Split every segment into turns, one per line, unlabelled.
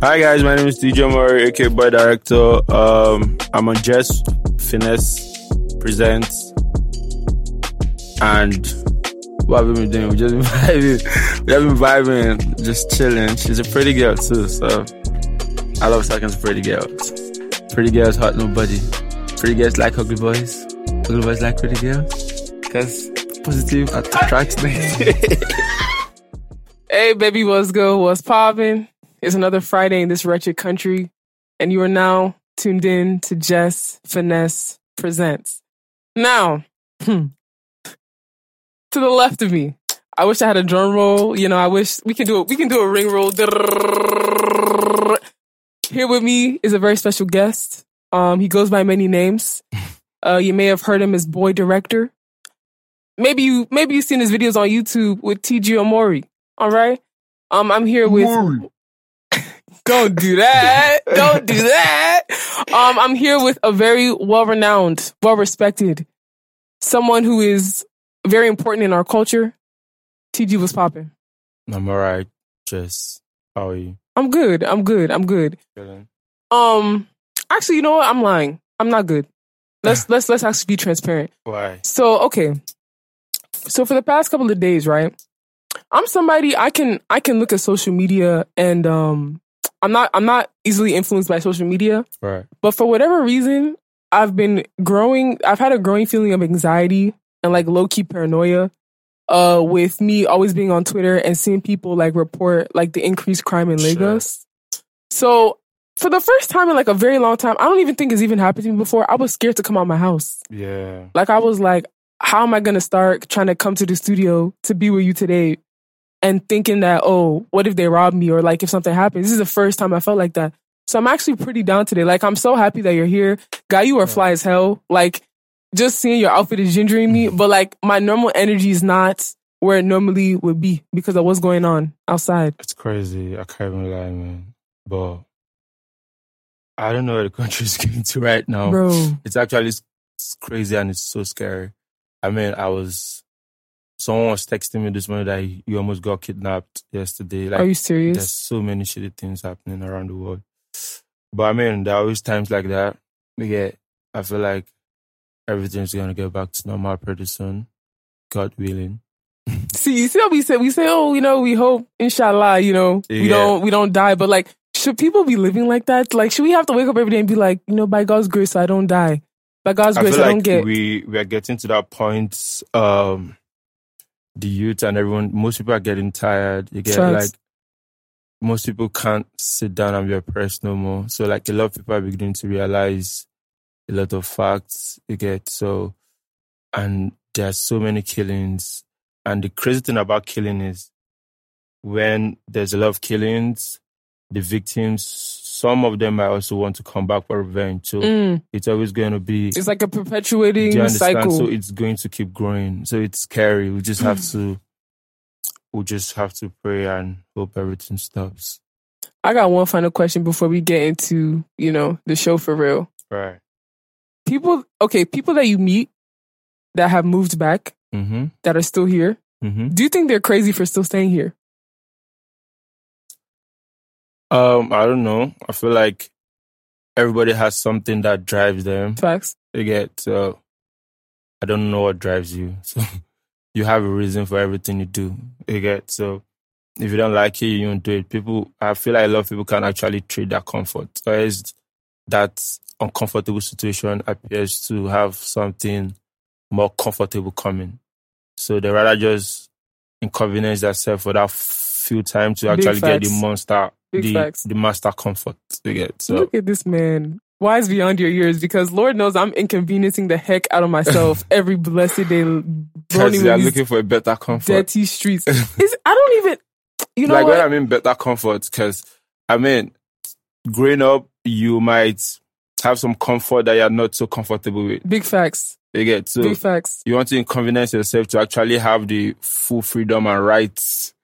Hi guys, my name is DJ Murray, aka Boy Director. Um, I'm on Jess Finesse Presents, and what have we been doing? We just been vibing. We have been vibing, just chilling. She's a pretty girl too, so I love talking to pretty girls. Pretty girls hurt nobody. Pretty girls like ugly boys. Ugly boys like pretty girls. Cause positive attracts negative.
Hey, baby, what's good? What's poppin'? It's another Friday in this wretched country, and you are now tuned in to Jess Finesse Presents. Now, to the left of me, I wish I had a drum roll. You know, I wish we can do it. We can do a ring roll. Here with me is a very special guest. Um, he goes by many names. Uh, you may have heard him as Boy Director. Maybe you maybe you've seen his videos on YouTube with TG Omori. All right. Um, I'm here with. Don't do that. Don't do that. Um, I'm here with a very well renowned, well respected, someone who is very important in our culture. TG was popping.
I'm alright, Jess. How are you?
I'm good. I'm good. I'm good.
Chilling.
Um, actually, you know what? I'm lying. I'm not good. Let's let's let's actually be transparent.
Why?
So okay. So for the past couple of days, right? I'm somebody I can I can look at social media and um I'm not I'm not easily influenced by social media,
Right.
but for whatever reason, I've been growing I've had a growing feeling of anxiety and like low key paranoia uh with me always being on Twitter and seeing people like report like the increased crime in
Sure.
Lagos. So for the first time in like a very long time, I don't even think it's even happened to me before. I was scared to come out my house.
Yeah.
Like I was like, how am I gonna start trying to come to the studio to be with you today and thinking that, oh, what if they rob me or like if something happens? This is the first time I felt like that. So I'm actually pretty down today. Like I'm so happy that you're here. Guy, you are
Yeah.
fly as hell. Like just seeing your outfit is gingering me, but like my normal energy is not where it normally would be because of what's going on outside.
It's crazy. I can't even lie, man. But I don't know where the country's going to right now.
Bro.
It's actually s- it's crazy and it's so scary. I mean, I was someone was texting me this morning that he- you almost got kidnapped yesterday. Like
are you
there's
serious?
so many shitty things happening around the world. But I mean, there are always times like that. We get I feel like everything's gonna get back to normal pretty soon. God willing.
See, you see how we say we say, oh, you know, we hope, inshallah, you know, we
Yeah.
don't we don't die. But like, should people be living like that? Like, should we have to wake up every day and be like, you know, by God's grace, I don't die. By God's
I
grace,
feel
I
like
don't get.
we we are getting to that point. Um, the youth and everyone, most people are getting tired. You get
Facts.
like most people can't sit down and be oppressed no more. So like a lot of people are beginning to realize a lot of facts. You get so, and there's so many killings. And the crazy thing about killing is when there's a lot of killings, the victims, some of them might also want to come back for revenge. So
Mm,
it's always going to be
it's like a
do
perpetuating
you understand?
cycle.
So it's going to keep growing. So it's scary. We just have to, we just have to pray and hope everything stops.
I got one final question before we get into you know the show for real.
Right.
People, okay, people that you meet that have moved back
Mm-hmm.
that are still here.
Mm-hmm.
Do you think they're crazy for still staying here?
Um, I don't know. I feel like everybody has something that drives them.
Facts.
You get. So I don't know what drives you. So you have a reason for everything you do. You get. So if you don't like it, you don't do it. People, I feel like a lot of people can actually trade that comfort. So it's that uncomfortable situation appears to have something more comfortable coming. So they rather just inconvenience themselves for that few time to
Big
actually get the
facts.
monster,
Big
the,
facts.
the master comfort they get. So
Look at this man. Wise beyond your years because Lord knows I'm inconveniencing the heck out of myself every blessed day burning
Because
with
they are
these
looking for a better comfort.
dirty streets. It's, I don't even, you know
like
what?
when I mean better comfort, because I mean, growing up, you might have some comfort that you're not so comfortable with.
Big facts.
You get so
Big facts.
you want to inconvenience yourself to actually have the full freedom and rights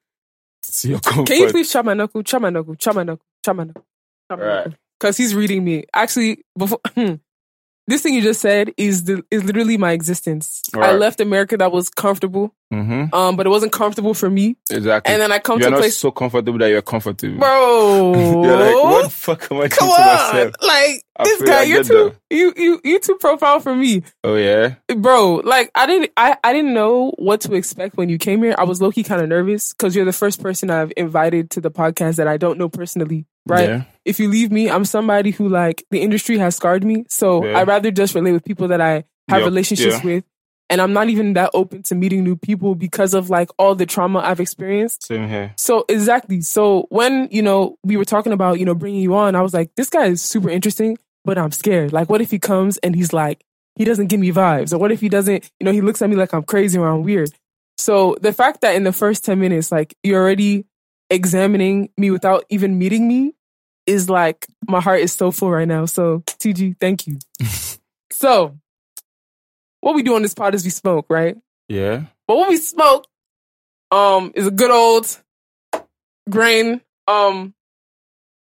to your comfort.
Can you please chop my knuckle? Chop my knuckle. Chop my knuckle. Chop my knuckle. Chop my
Right.
knuckle. Because he's reading me. Actually, before this thing you just said is the is literally my existence. I
Right.
left America that was comfortable,
hmm
um, but it wasn't comfortable for me.
Exactly.
And then I come
you're
to a
not
place,
so comfortable that you're comfortable.
bro.
You're like, what fuck am I
Come
doing to
on,
myself?
like
I
this
feel
guy,
like
you're
that
too you you you too profound for me,
Oh yeah.
bro. Like I didn't I I didn't know what to expect when you came here. I was low key kind of nervous because you're the first person I've invited to the podcast that I don't know personally, right?
Yeah.
if you leave me, I'm somebody who like the industry has scarred me. So
Yeah.
I'd rather just relate with people that I have
Yeah,
relationships
yeah.
with. And I'm not even that open to meeting new people because of like all the trauma I've experienced.
Same here.
So exactly. So when, you know, we were talking about, you know, bringing you on, I was like, this guy is super interesting, but I'm scared. Like, what if he comes and he's like, he doesn't give me vibes? Or what if he doesn't, you know, he looks at me like I'm crazy or I'm weird? So the fact that in the first 10 minutes, like, you're already examining me without even meeting me is like, my heart is so full right now. So, TG, thank you. so, what we do on this pod is we smoke, right?
Yeah.
But what we smoke um is a good old grain um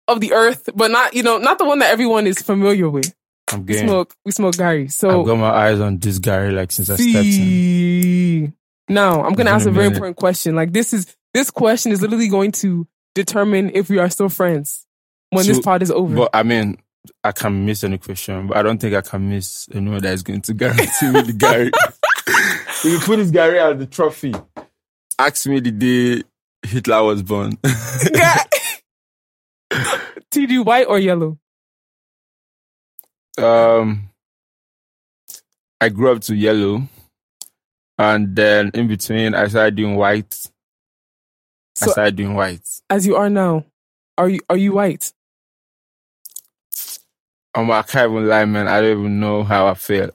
of the earth, but not you know, not the one that everyone is familiar with.
I'm
We
getting.
smoke we smoke Gary.
I've
So
got my eyes on this Gary like since I stepped in.
see now I'm
Been
gonna
a
ask a very
minute.
important question. Like this is this question is literally going to determine if we are still friends when this
So-
pod is over.
But I mean, I can miss any question, but I don't think I can miss anyone that is going to guarantee me the Gary. if you put this Gary as the trophy, ask me the day Hitler was born.
T D white or yellow?
um, I grew up to yellow, and then in between, I started doing white. I
So-
started doing white.
As you are now. Are you are you white?
Um, I can't even lie, man. I don't even know how I feel.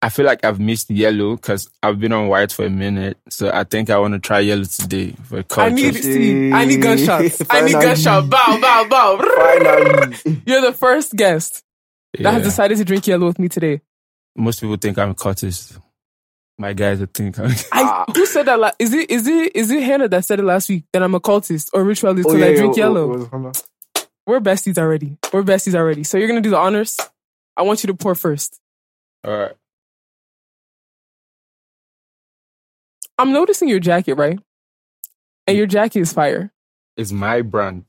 I feel like I've missed yellow because I've been on white for a minute. So I think I want to try yellow today for
I
culture.
need see, I need gunshots. I need
Finally.
gunshots. Bow, bow, bow.
Finally.
You're the first guest that has
Yeah.
decided to drink yellow with me today.
Most people think I'm a cultist. My guys would think I'm.
I,
Ah.
who said that? La- is it is it is it Hannah that said it last week that I'm a cultist or ritualist
Oh,
because I drink yellow? We're besties already. We're besties already. So you're gonna do the honors. I want you to pour first.
All right.
I'm noticing your jacket, right? And
Mm.
your jacket is fire.
It's my brand.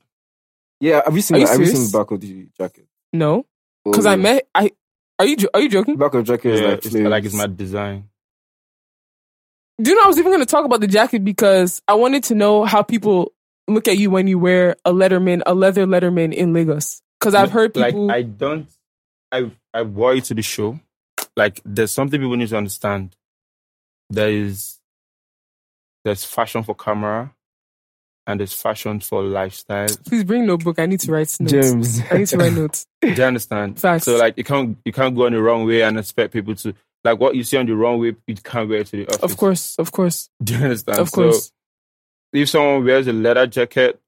Yeah, have you seen
Are you
have you seen
serious?
the back of the jacket?
No,
Oh,
because I
yeah.
met. I are you jo- are you
the
joking?
back of the jacket
Yeah,
is like
it's,
flames.
like it's my design.
Do you know I was even gonna talk about the jacket because I wanted to know how people look at you when you wear a Letterman, a leather Letterman in Lagos. Because I've heard people.
Like I don't. I I wore it to the show. Like there's something people need to understand. There is. There's fashion for camera, and there's fashion for lifestyle.
Please bring notebook. I need to write notes.
James.
I need to write notes.
Do you understand?
Facts.
So like you can't you can't go on the wrong way and expect people to like what you see on the wrong way. You can't wear it to the office.
Of course, of course,
Do you understand?
of
So,
course.
if someone wears a leather jacket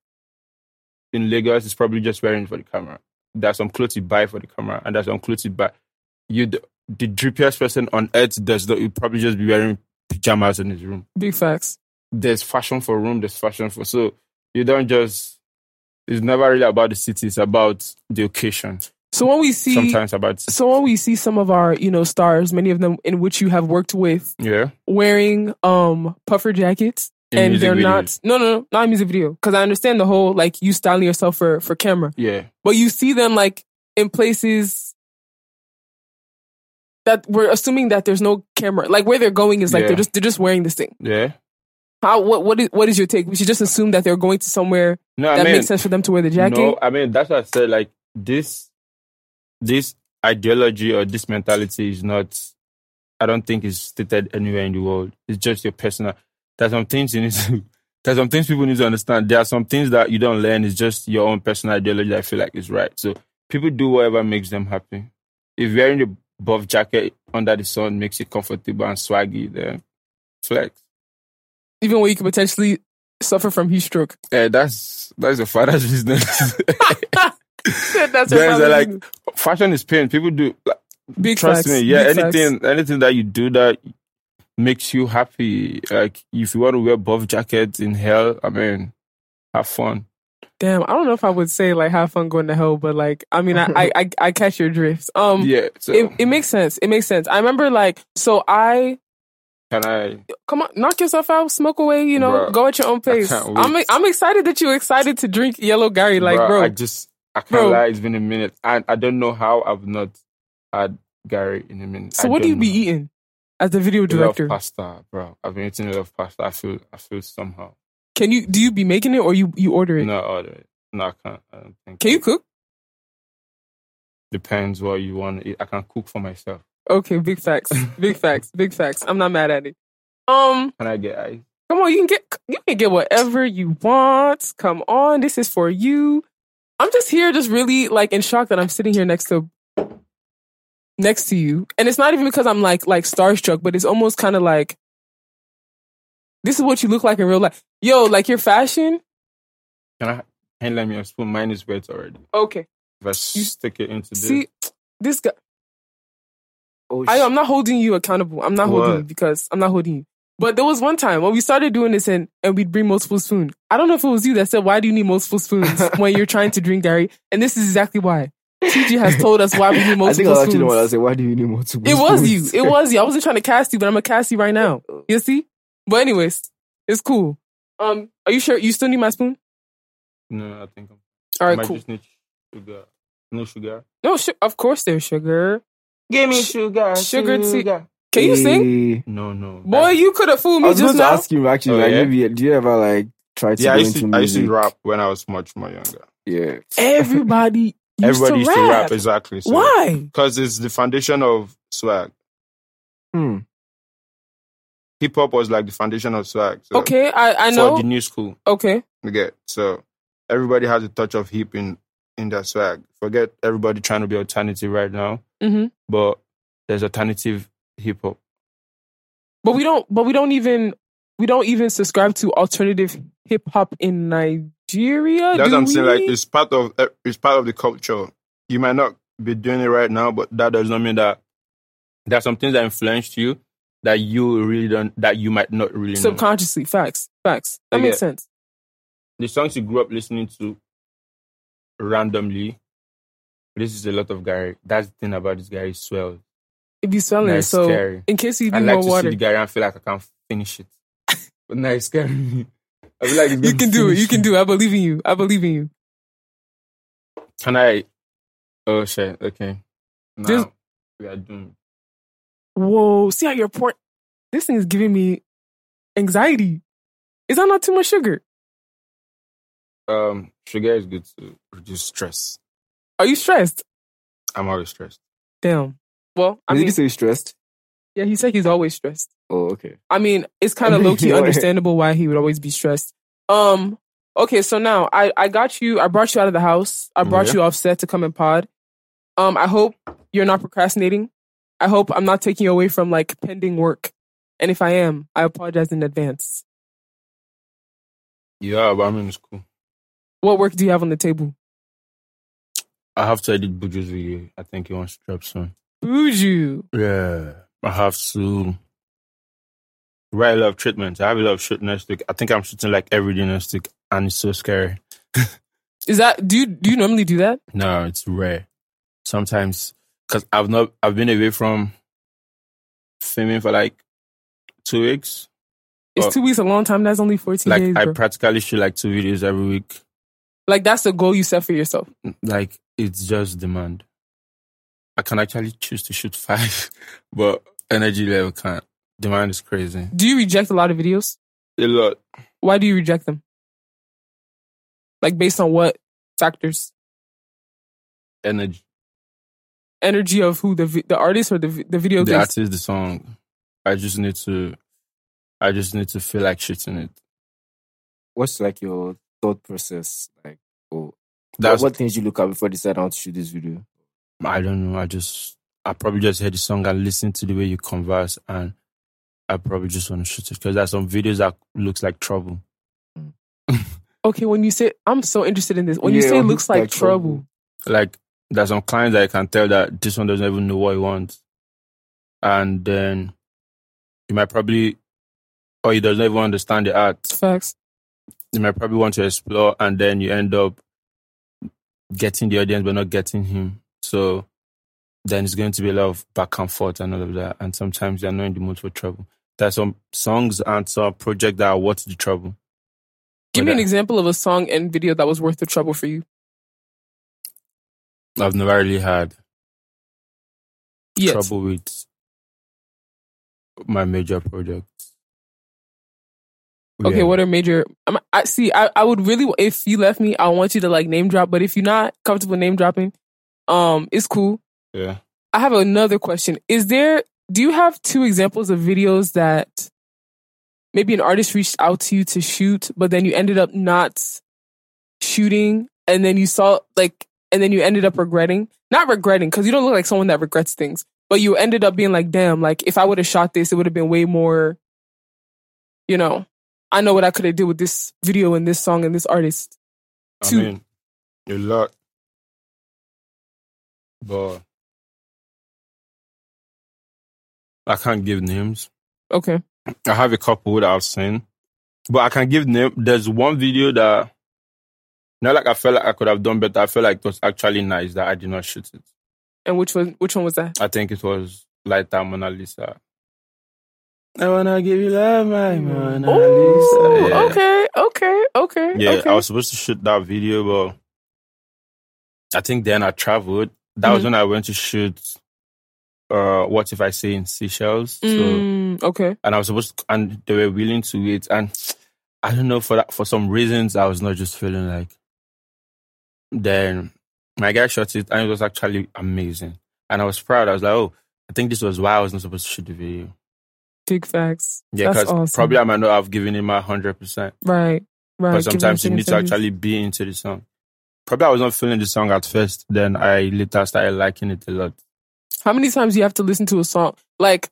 in Lagos, it's probably just wearing it for the camera. There's some clothes you buy for the camera, and there's some clothes you buy. You, the, the drippiest person on earth, does not. You probably just be wearing pajamas in his room.
Big facts.
There's fashion for room. There's fashion for so you don't just. It's never really about the city. It's about the occasion.
So when we see,
Sometimes about
so when we see some of our, you know, stars, many of them in which you have worked with,
yeah.
wearing um puffer jackets,
in
and
music
they're
videos.
not, no, no, no, not a music video, because I understand the whole like you styling yourself for for camera,
Yeah,
but you see them like in places. That we're assuming that there's no camera, like where they're going is like
Yeah.
they're just they're just wearing this thing.
yeah.
How what what is what is your take? We should just assume that they're going to somewhere
No, I
that
mean,
makes sense for them to wear the jacket.
No, I mean that's what I said. Like this, this ideology or this mentality is not. I don't think is stated anywhere in the world. It's just your personal. There's some things you need to. There's some things people need to understand. There are some things that you don't learn. It's just your own personal ideology. That I feel like is right. So people do whatever makes them happy. If wearing the buff jacket under the sun makes you comfortable and swaggy, then flex.
even where you could potentially suffer from heat stroke.
Yeah, Eh, that's that's your father's business.
That's
Guys
probably
are like, Fashion is pain. People do
big
Trust
facts,
me, yeah.
big facts.
anything, anything that you do that makes you happy. Like if you want to wear buff jackets in hell, I mean, have fun.
Damn, I don't know if I would say like have fun going to hell, but like I mean, I I, I, I catch your drift. Um,
yeah. So
it it makes sense. It makes sense. I remember like so I
can I?
come on, knock yourself out, smoke away. You know,
Bruh,
go at your own pace.
can't
I'm
wait.
I'm excited that you're excited to drink yellow Gary. Like,
bruh,
bro,
I just I can't
Bro.
lie, it's been a minute. I I don't know how I've not had Gary in a minute.
So
I
what do you
don't
be
know.
eating as the
A
video
lot of
director?
pasta, bro. I've been eating a lot of pasta. I feel I feel somehow.
Can you do you be making it or you you order it?
No, order it. No, I can't. I don't think
Can
so.
you cook?
Depends what you want. to eat. I can cook for myself.
Okay, big facts, big facts, big facts. I'm not mad at it. Um,
Can I get ice?
come on, you can get you can get whatever you want. Come on, this is for you. I'm just here, just really like in shock that I'm sitting here next to next to you, and it's not even because I'm like like starstruck, but it's almost kind of like this is what you look like in real life. Yo, like your fashion.
Can I hand let me a spoon? Mine is wet already.
Okay,
If I stick it into this,
see this guy.
Oh,
I, I'm not holding you accountable. I'm not holding
What?
you because I'm not holding you. But there was one time when we started doing this and, and we'd bring multiple spoons. I don't know if it was you that said, why do you need multiple spoons when you're trying to drink, Gary? And this is exactly why. TG has told us why we need multiple
I think I was actually the
spoons.
one that said, "Why do you need multiple?"
it was you.
spoons?" Uh,
It was you. I wasn't trying to cast you, but I'm going to cast you right now. You see? But anyways, it's cool. Um, Are you sure? You still need my spoon?
no, I think I'm,
All
I
right,
might
cool.
just need sugar. No sugar.
No, su- of course there's sugar.
Give
me
sugar.
sugar tea. Can you sing?
Hey.
No, no.
Boy, you could have fooled
I
me
was
just
supposed to
now.
ask you actually.
Oh,
like,
yeah?
maybe do you ever like try to
Yeah, I
go
used to,
into music?
I used to rap when I was much more younger.
Yeah.
Eh, Everybody used
Everybody
to
used to rap, exactly. So.
Why?
Because it's the foundation of swag.
Hmm.
Hip hop was like the foundation of swag. So
Okay, I I know.
For the new school,
okay,
you get so everybody has a touch of hip in in their swag. Forget everybody trying to be alternative right now,
hmm
but there's alternative hip hop.
but we don't. But we don't even. We don't even subscribe to alternative hip hop in Nigeria.
That's
do
what I'm saying. Like
we?
it's part of eh, it's part of the culture. You might not be doing it right now, but that does not mean that there are some things that influenced you that you really don't that you might not really know.
subconsciously. Facts, facts. That
Okay.
makes sense.
the songs you grew up listening to randomly. This is a lot of Gary. That's the thing about this guy. He swells.
It be swelling.
Nice,
so
scary.
in case you
I
need
like
more
to see
water,
the Gary and feel like I can finish it. But now it's scary. I feel like it's
you
gonna
can do it.
finish
You can do. it. I believe in you. I believe in you.
Can I? Oh shit. Okay. Now
This-
we are doomed.
Whoa! See how your point. This thing is giving me anxiety. Is that not too much sugar?
Um, sugar is good to reduce stress.
Are you stressed?
I'm always stressed.
Damn. Well, I
Did
mean,
you say stressed?
yeah, he said he's always stressed.
Oh, okay.
I mean, it's kind of low key
Why?
understandable why he would always be stressed. Um. Okay, so now I I got you. I brought you out of the house. I brought
Yeah.
you offset to come and pod. Um. I hope you're not procrastinating. I hope I'm not taking you away from like pending work. And if I am, I apologize in advance.
Yeah, but I'm in school.
What work do you have on the table?
I have to edit Buju's video. I think he wants to drop soon.
Buju.
Yeah. I have to write a lot of treatments. I have a lot of shit next week. I think I'm shooting like every day next week and it's so scary.
Is that do you do you normally do that?
No, it's rare. Sometimes because I've not I've been away from filming for like two weeks.
It's
Uh,
two weeks a long time. That's only fourteen
Like
days.
I
bro.
practically shoot like two videos every week.
like that's the goal you set for yourself.
Like it's just demand. I can actually choose to shoot five, but energy level can't. Demand is crazy.
Do you reject a lot of videos?
A lot.
Why do you reject them? Like based on what factors?
Energy.
energy of who the vi- the artist or the vi- the video
The
case.
artist, the song. I just need to I just need to feel like shooting it.
What's like your thought process? Like, oh,
That's
what things you look at before you decide how to shoot this video?
I don't know. I just, I probably just heard the song and listened to the way you converse, and I probably just want to shoot it because there's some videos that looks like trouble.
Okay, when you say I'm so interested in this, when you
Yeah,
say
it
looks
looks
like,
like
trouble,
trouble.
Like there's some clients that I can tell that this one doesn't even know what he wants, and then you might probably, or he doesn't even understand the art.
facts.
You might probably want to explore, and then you end up getting the audience but not getting him. So then it's going to be a lot of back and forth and all of that. And sometimes you're not in the mood for trouble. There's some songs and some project that are what's the trouble.
Give
But
me an
that-
example of a song and video that was worth the trouble for you.
I've never really had
Yet.
trouble with my major projects.
Okay,
Yeah.
what are major? I'm, I see. I, I would really, if you left me, I want you to like name drop. But if you're not comfortable name dropping, um, it's cool.
Yeah.
I have another question. Is there? Do you have two examples of videos that maybe an artist reached out to you to shoot, but then you ended up not shooting, and then you saw like, and then you ended up regretting? Not regretting, because you don't look like someone that regrets things. But you ended up being like, damn, like if I would have shot this, it would have been way more, you know. I know what I could have did with this video and this song and this artist.
I
Two.
mean, a lot. But I can't give names.
Okay.
I have a couple that I've seen, but I can give name. There's one video that not like I felt like I could have done better. I felt like it was actually nice that I did not shoot it.
And which one which one was that?
I think it was like that Mona Lisa. I wanna give you love, my Mona
Ooh,
Lisa. Yeah.
okay, okay, okay.
Yeah,
okay.
I was supposed to shoot that video, but I think then I traveled. That was
Mhm.
when I went to shoot. Uh, what if I say in Seychelles? So,
Mm, okay.
and I was supposed, to, and they were willing to wait. And I don't know for that, for some reasons, I was not just feeling like. Then my guy shot it, and it was actually amazing. And I was proud. I was like, oh, I think this was why I was not supposed to shoot the video.
Big facts.
Yeah,
That's
because
awesome.
probably I might not have given it my hundred percent.
right. Right.
But
Give me
sometimes you
some
need to
interviews.
actually be into the song. Probably I was not feeling the song at first, then I later started liking it a lot.
How many times do you have to listen to a song? Like,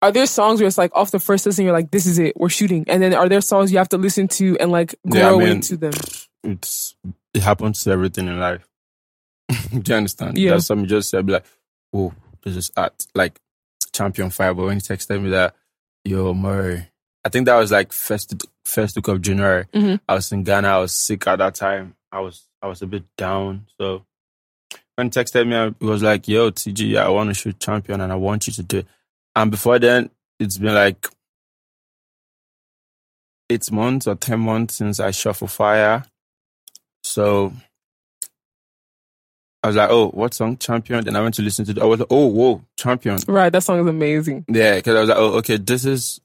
are there songs where it's like off the first listen you're like, this is it, we're shooting. And then are there songs you have to listen to and like grow
Yeah, I mean-
into them?
It's it happens to everything in life. Do you understand?
Yeah.
There's some you just said be like, oh, this is art. Like champion fire. But when he texted me that, yo, Murray. I think that was like first first week of January.
Mhm.
I was in Ghana, I was sick at that time. I was I was a bit down. So when he texted me, he was like, yo, TG, I want to shoot champion and I want you to do it. And before then, it's been like eight months or ten months since I shot for fire. So I was like, oh, what song? Champion. Then I went to listen to the, I was like, oh, whoa, Champion.
Right. That song is amazing.
Yeah, because I was like, oh, okay, this is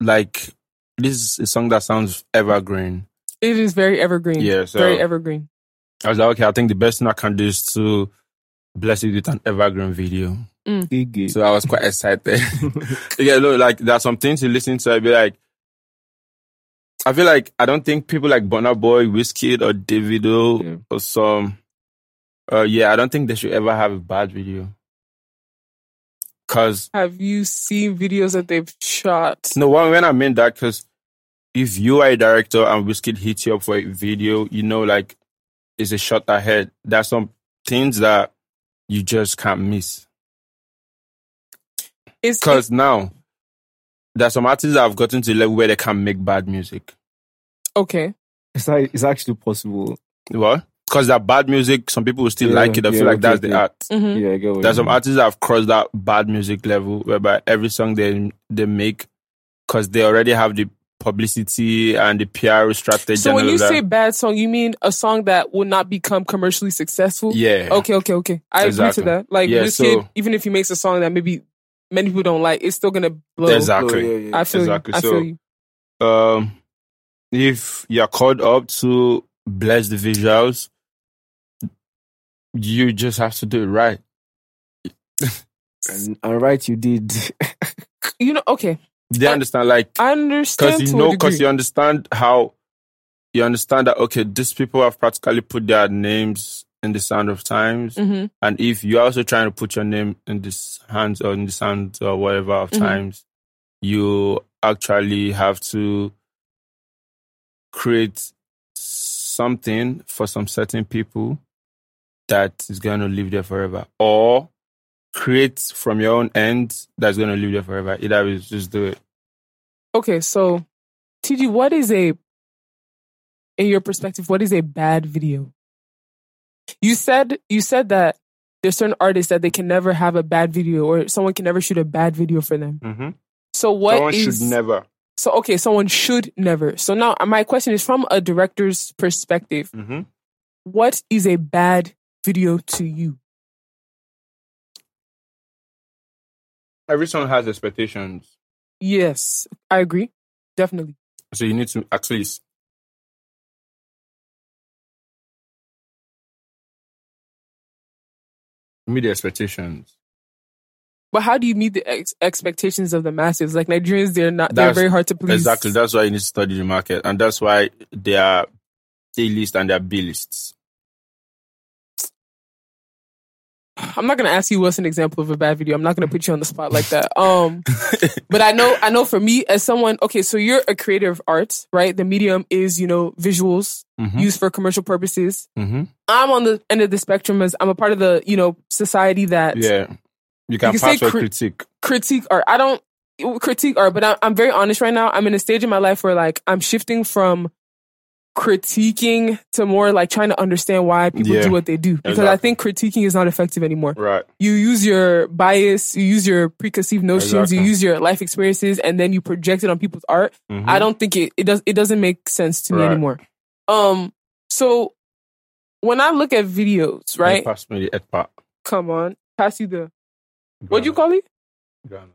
like, this is a song that sounds evergreen.
It is very evergreen.
Yeah, so
very evergreen.
I was like, okay, I think the best thing I can do is to bless it with an evergreen video.
Gigi.
So I was quite excited. yeah, look, like there are some things you listen to. I'd be like, I feel like I don't think people like Bonner Boy, Wizkid, or Davido
Yeah.
or some. um, Uh, yeah, I don't think they should ever have a bad video. Cause
Have you seen videos that they've shot?
no, when when I mean that, cause if you are a director and Wizkid hits you up for a video, you know, like it's a shot ahead. There's some things that you just can't miss.
It's
Because now there's some artists that have gotten to the level where they can make bad music.
okay.
It's, like, it's actually possible.
What? Because that bad music, some people will still
Yeah,
like it. I
yeah,
feel like
okay,
that's the
okay.
art.
hmm
Yeah, I get what
There's
you
some
mean.
artists that have crossed that bad music level whereby every song they they make, because they already have the publicity and the PR strategy.
So
and
when
all
you
of that.
say bad song, you mean a song that will not become commercially successful?
yeah,
Okay, okay, okay. I
Exactly.
agree to that. Like
Yeah,
this
so-
kid, even if he makes a song that maybe many people don't like, it's still gonna blow.
exactly.
Oh, yeah, yeah.
I feel
Exactly.
you. I feel
So-
you.
um, if you're called up to bless the visuals, you just have to do it right.
and, and right, you did.
You know, okay.
They
I-
understand, like
I understand
because you
to a
know,
degree.
because you understand how you understand that okay, these people have practically put their names in the sound of times,
Mhm.
and if you're also trying to put your name in this hands or in the sound or whatever of
Mhm.
times, you actually have to create something for some certain people that is going to live there forever, or create from your own end that's going to live there forever. Either way, just do it.
Okay, so TG, what is a in your perspective, what is a bad video? You said you said that there's certain artists that they can never have a bad video or someone can never shoot a bad video for them.
Mm-hmm.
So what
Someone
is-
should never.
so okay, someone should never. So now uh, my question is from a director's perspective,
Mm-hmm.
what is a bad video to you?
Every song has expectations.
Yes, I agree. Definitely.
So you need to at least meet the expectations.
But how do you meet the ex- expectations of the masses? Like Nigerians, they're not, they're
That's-
very hard to please.
Exactly. That's why you need to study the market. And that's why there are A list and there are B lists.
I'm not gonna ask you what's an example of a bad video. I'm not gonna put you on the spot like that. Um, but I know, I know for me as someone, okay, so you're a creator of arts, right? The medium is, you know, visuals
Mhm.
used for commercial purposes.
Mhm.
I'm on the end of the spectrum as I'm a part of the, you know, society that
Yeah. You can,
can say
pass for
cri-
critique.
critique art. I don't critique art, but I, I'm very honest right now. I'm in a stage in my life where like I'm shifting from critiquing to more like trying to understand why people
Yeah.
do what they do because I
Exactly.
think critiquing is not effective anymore.
Right.
You use your bias, you use your preconceived notions,
Exactly.
you use your life experiences, and then you project it on people's art.
Mhm.
I don't think it it does it doesn't make sense to me
Right.
anymore. Um, so when I look at
Can
videos,
you
right?
Pass me the head part.
Come on, pass you the what do you call it?
Ghana.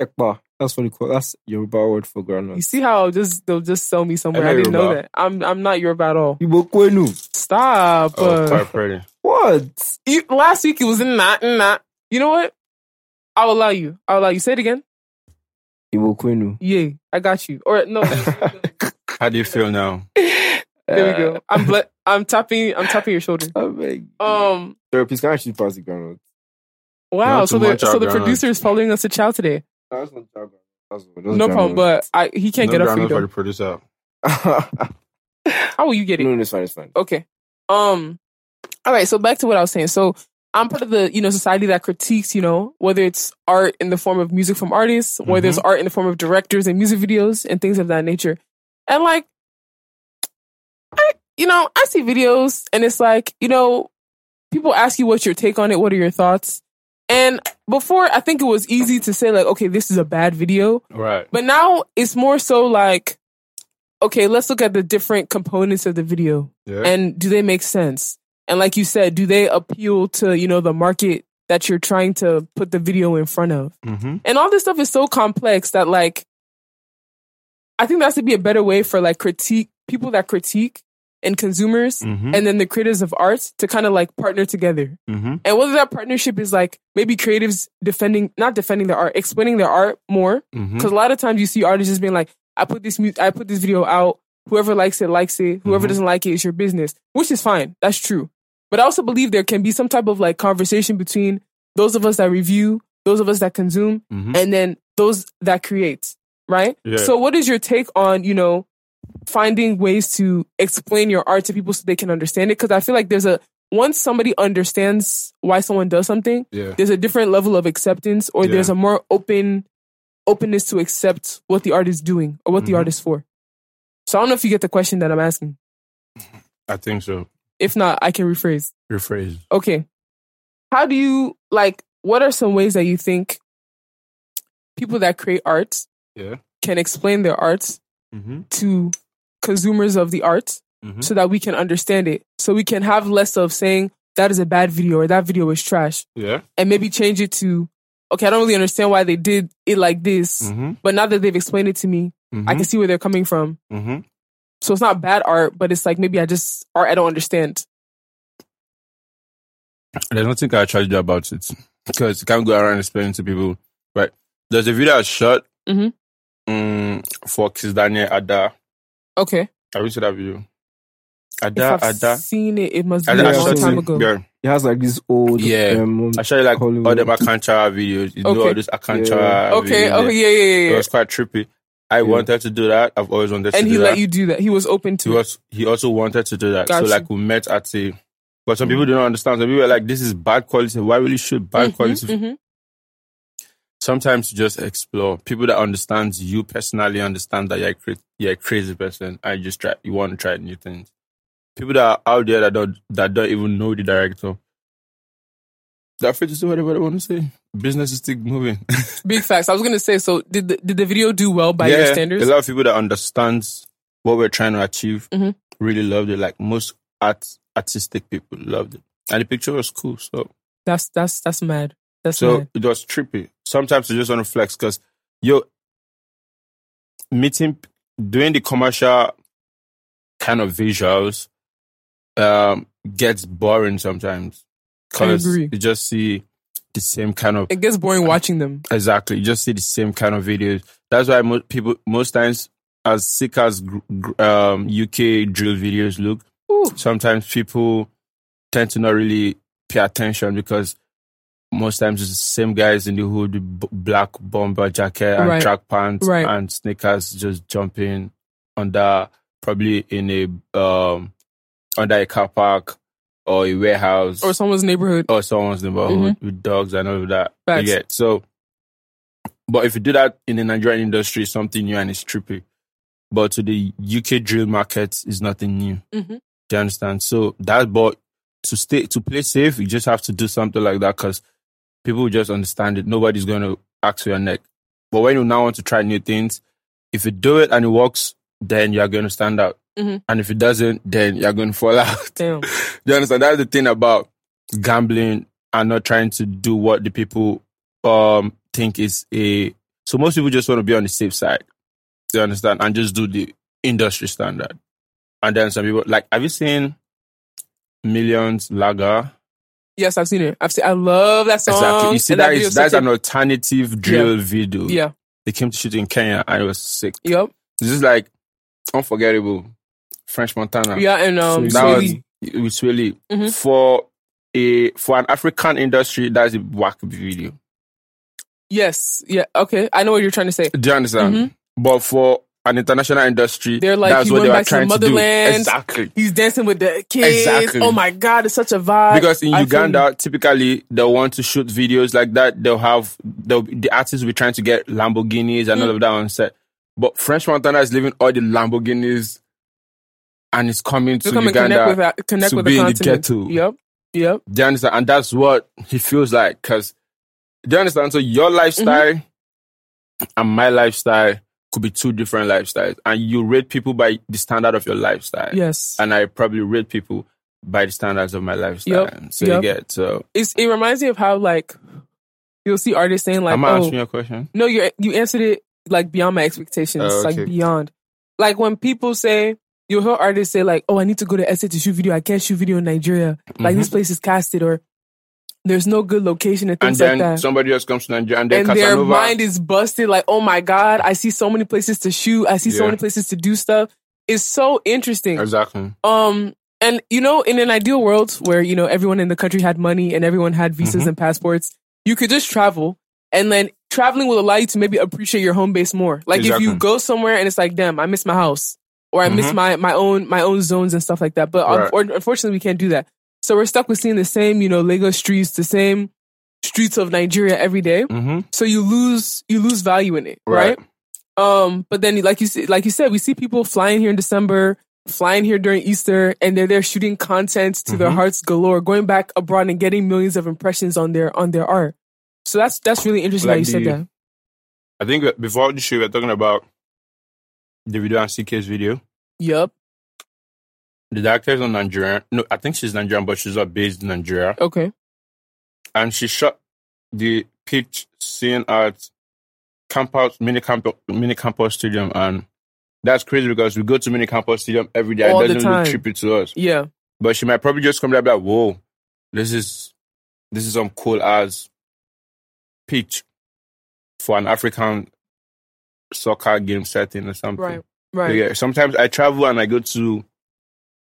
Ekpa. That's what you call. That's Yoruba word for
You
groundnut.
see how I'll just they'll just sell me somewhere.
know
I didn't know
Yoruba.
that. I'm I'm not Yoruba at all.
Ibokwenu.
Stop.
Oh,
uh,
quite pretty.
What?
you, last week it was not not. You know what? I'll allow you. I'll allow you. Say it again.
Ibokwenu.
Yeah, I got you. Or no,
How do you feel now?
there we
Eh,
Uh.
go. I'm ble- I'm tapping. I'm tapping your shoulder.
Oh my god.
Um.
Sir, please can I actually pass the groundnut?
Wow.
Not
So
too
the
much,
so the
Abraham.
producer is following us to chow today.
That's not groundnut. That's not,
No problem. But I he can't
no
get up for
groundnut
you
for
though.
the producer.
but
How will you get it?
no, no, it's fine. It's fine.
Okay. Um. All right. So back to what I was saying. So I'm part of the you know society that critiques you know whether it's art in the form of music from artists, whether it's art in the form of directors and music videos and things of that nature, and like, I you know I see videos and it's like you know people ask you what's your take on it, what are your thoughts, and before I think it was easy to say like okay this is a bad video,
Right.
but now it's more so like, okay, let's look at the different components of the video
Yeah.
and do they make sense? And like you said, do they appeal to, you know, the market that you're trying to put the video in front of?
mm-hmm.
And all this stuff is so complex that like I think that's to be a better way for like critique people that critique and consumers
Mm-hmm.
and then the creators of art to kind of like partner together.
mm-hmm.
And whether that partnership is like maybe creatives defending not defending their art, explaining their art more
Mm-hmm.
because a lot of times you see artists just being like, "I put this mu- I put this video out. Whoever likes it, likes it. Whoever
Mhm.
doesn't like it, it's your business." Which is fine. That's true. But I also believe there can be some type of like conversation between those of us that review, those of us that consume,
Mm-hmm.
and then those that create. Right.
Yeah.
So, what is your take on you know finding ways to explain your art to people so they can understand it? Because I feel like there's a once somebody understands why someone does something,
Yeah.
there's a different level of acceptance or
Yeah.
there's a more open openness to accept what the art is doing or what the
Mhm.
art is for. So I don't know if you get the question that I'm asking.
I think so.
If not, I can rephrase.
Rephrase.
Okay. How do you like what are some ways that you think people that create art
Yeah.
can explain their art
Mm-hmm.
to consumers of the art
Mm-hmm.
so that we can understand it. So we can have less of saying that is a bad video or that video is trash
Yeah.
and maybe change it to okay, I don't really understand why they did it like this,
Mm-hmm.
but now that they've explained it to me, I can see where they're coming from.
mm-hmm.
So it's not bad art, but it's like maybe I just art I don't understand.
There's nothing I actually do about it because you can't go around explaining to people. Right? There's a video I shot
Mhm.
um, for Kiss Daniel Ada.
Okay,
Have you seen that video?
if
Ada,
I've
Ada.
seen it, it must be
Ada,
a
uh, I
Yeah,
long
shot
time
it.
ago.
Yeah.
He has like this old.
Yeah.
Um,
I shot it like all
Hollywood.
them Akancha videos. You know
Okay.
all those Akancha
Yeah.
Okay,
videos.
okay, yeah, yeah, yeah.
It
yeah.
was quite trippy. I
Yeah.
wanted to do that. I've always wanted
And
to
he
do
let
that.
you do that. He was open
he
to it.
was he also wanted to do that.
Gotcha.
So like we met at a but some
Mm.
people do not understand. Some people are like, this is bad quality. Why will you shoot bad
Mhm,
quality?
mhm.
Sometimes you just explore. People that understand you personally understand that you're a, cra- you're a crazy person and you just try you want to try new things. People that are out there that don't that don't even know the director. They're afraid to say whatever they want to say. Business is still moving.
Big facts. I was gonna say. So did the, did the video do well by your standards?
A lot of people that understands what we're trying to achieve
Mhm.
really loved it. Like most art artistic people loved it. And the picture was cool. So
That's that's that's mad. That's
so
mad.
it was trippy. Sometimes you just want to flex because yo meeting doing the commercial kind of visuals um gets boring sometimes. Cause
agree.
you just see the same kind of
It gets boring watching them.
Exactly. You just see the same kind of videos. That's why most people, most times, as sick as gr- gr- um, UK drill videos look,
Ooh.
sometimes people tend to not really pay attention because most times it's the same guys in the hood, with b- black bomber jacket and
Right.
track pants
Right.
and sneakers, just jumping under probably in a um under a car park or a warehouse
Or someone's neighborhood.
or Oh, someone's neighborhood with dogs and all of that.
Facts.
You get so. But if you do that in the Nigerian industry, it's something new and it's trippy. But to the UK drill market, is nothing new.
Mm-hmm.
Do you understand? So that, but to stay to play safe, you just have to do something like that because people will just understand it. Nobody's going to ask for your neck. But when you now want to try new things, if you do it and it works, then you are going to stand out.
Mhm.
And if it doesn't, then you are going to fall out.
Damn.
Do you understand? That's the thing about gambling and not trying to do what the people um think is a. So most people just want to be on the safe side. Do you understand? And just do the industry standard. And then some people like, have you seen Millions Lager?
Yes, I've seen it. I've seen. I love that song.
exactly. You see,
Um, And
that
video
is that's
such
an
a-
alternative drill video.
Yeah.
They came to shoot in Kenya and it was sick.
Yep.
This is like unforgettable. French Montana.
Yeah, and um,
that
Sway
was-
Lee.
it was really
Mhm.
for a for an African industry. That's a whack video.
Yes. Yeah. Okay. I know what you're trying to say.
Do you understand?
Mhm.
But for an international industry,
They're like,
that's
he
what they
went
were
back to the
trying to, do.
motherland.
Exactly.
He's dancing with the kids.
Exactly.
Oh my God, it's such a vibe.
Because in
I feel
Uganda, typically they want to shoot videos like that. They'll have they'll, be- the artists will be trying to get Lamborghinis and
Mm.
all of that on set. But French Montana is leaving all the Lamborghinis, and it's coming to
you. Become and connect with
Uganda.
that- connect
to
with
be
the
in the
continent.
ghetto.
Yep. Yep.
Do you understand? And that's what he feels like. Because do you understand? So your
Mm-hmm.
lifestyle and my lifestyle could be two different lifestyles, and you rate people by the standard of your lifestyle.
Yes.
And I probably rate people by the standards of my lifestyle. So
yep.
you get so.
It's, it reminds me of how like you'll see artists saying like,
Am I
"Oh,
answering your question?
No, you you answered it like beyond my expectations,
Oh, okay.
like beyond. Like when people say you'll hear artists say like, "Oh, I need to go to SA to shoot video. I can't shoot video in Nigeria. Like
Mhm.
this place is casted, or there's no good location and
And
things
then
like that."
somebody else comes to Nigeria, and then
and their
Casanova.
mind is busted. Like, oh my god, I see so many places to shoot. I see so
Yeah.
many places to do stuff. It's so interesting.
exactly.
Um, and you know, in an ideal world where you know everyone in the country had money and everyone had visas
Mhm.
and passports, you could just travel, and then traveling will allow you to maybe appreciate your home base more. Like
Exactly.
if you go somewhere and it's like, damn, I miss my house or I miss
Mhm.
my my own my own zones and stuff like that. But
Right.
unfor- unfortunately, we can't do that. So we're stuck with seeing the same, you know, Lagos streets, the same streets of Nigeria every day.
Mm-hmm.
So you lose you lose value in it, right? Um, but then, like you s- like you said, we see people flying here in December, flying here during Easter, and they're there shooting content to their
Mhm.
hearts galore, going back abroad and getting millions of impressions on their on their art. So that's that's really interesting how
Like
you said
the-
that.
I think that before the show, we were talking about the video and CK's video.
Yup.
The director is on Nigerian. No, I think she's Nigerian, but she's not based in Nigeria.
Okay.
and she shot the pitch scene at campus mini campus mini campus stadium and that's crazy because we go to mini campus stadium every day.
All
it
the
doesn't look
time.
trippy to us.
Yeah.
But she might probably just come there and be like, whoa, this is this is some cool ass pitch for an African soccer game setting or something.
Right. Right.
Yeah. Sometimes I travel and I go to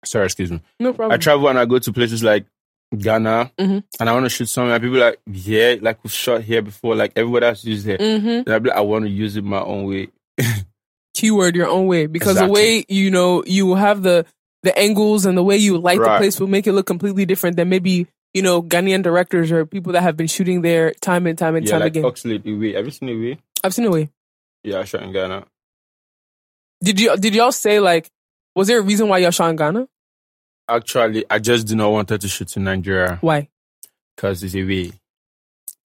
sorry, excuse me.
No
I
problem.
travel and I go to places like Ghana,
Mhm.
and I want to shoot somewhere. People like, yeah, like we've shot here before. Like everyone else used here.
mm-hmm.
And I'd be like, I want to use it my own way.
Keyword your own way because the
Exactly.
way you know you will have the the angles and the way you light the
Right.
place will make it look completely different than maybe you know Ghanaian directors or people that have been shooting there time and time and
yeah,
time
like
again.
Oxlade Iwe. Have you seen Iwe?
I've seen a way.
Yeah, I shot in Ghana.
Did you did y'all say like was there a reason why y'all shot in Ghana?
Actually, I just do not want her to shoot in Nigeria
Why?
because it's Iwe. I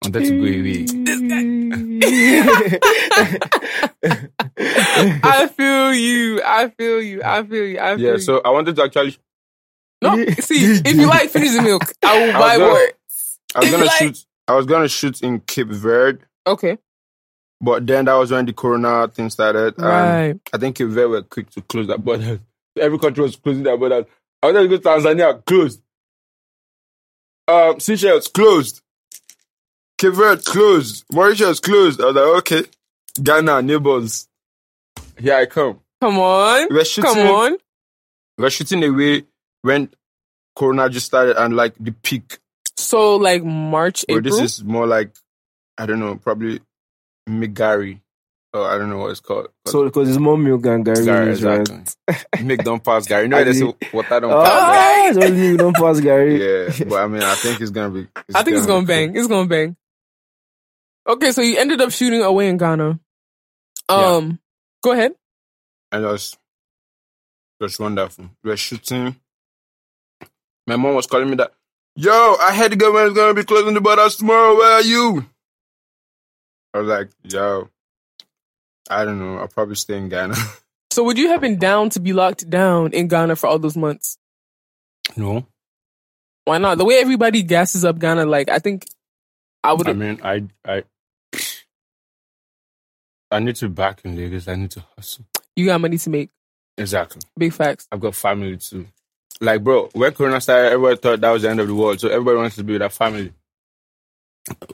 wanted to go Iwe.
I feel you. I feel you. I feel you. I feel
Yeah,
you.
so I wanted to actually
No, see, if you like finish the milk, I will buy
I'll go.
more.
I was
It's
gonna
like-
shoot. I was gonna shoot in Cape Verde,
Okay,
but then that was when the corona thing started. and
right.
I think Cape Verde were quick to close that border. Every country was closing their borders. I wanted to go to Tanzania, closed. Um, Seychelles closed. Cape Verde closed. Mauritius closed. I was like, okay, Ghana neighbors. Here I come.
Come on,
We were shooting.
come on.
We were shooting away when Corona just started and like the peak.
So like March,
Or
April.
this is more like I don't know, probably Migari. Or I don't know what it's called.
So because it's more milk and Gary
Gary,
Willis, right?
exactly. Make don't pass Gary. You know
I
they say
mean-
water don't pass. Gary.
Oh, so you don't pass Gary.
Yeah, but I mean, I think it's gonna be.
I think it's gonna bang. It's gonna bang. Okay, so you ended up shooting away in Ghana. Um, go ahead.
And it was, it was wonderful. We were shooting. My mom was calling me that, yo, I heard the government is gonna be closing the borders tomorrow. Where are you? I was like, yo, I don't know. I'll probably stay in Ghana.
So would you have been down to be locked down in Ghana for all those months?
No,
Why not? The way everybody gasses up Ghana, like I think I would.
I mean, I, I, I need to be back in Lagos. I need to hustle.
you got money to make.
Exactly.
Big facts.
I've got family too. Like, bro, when Corona started, everybody thought that was the end of the world. So everybody wants to be with their family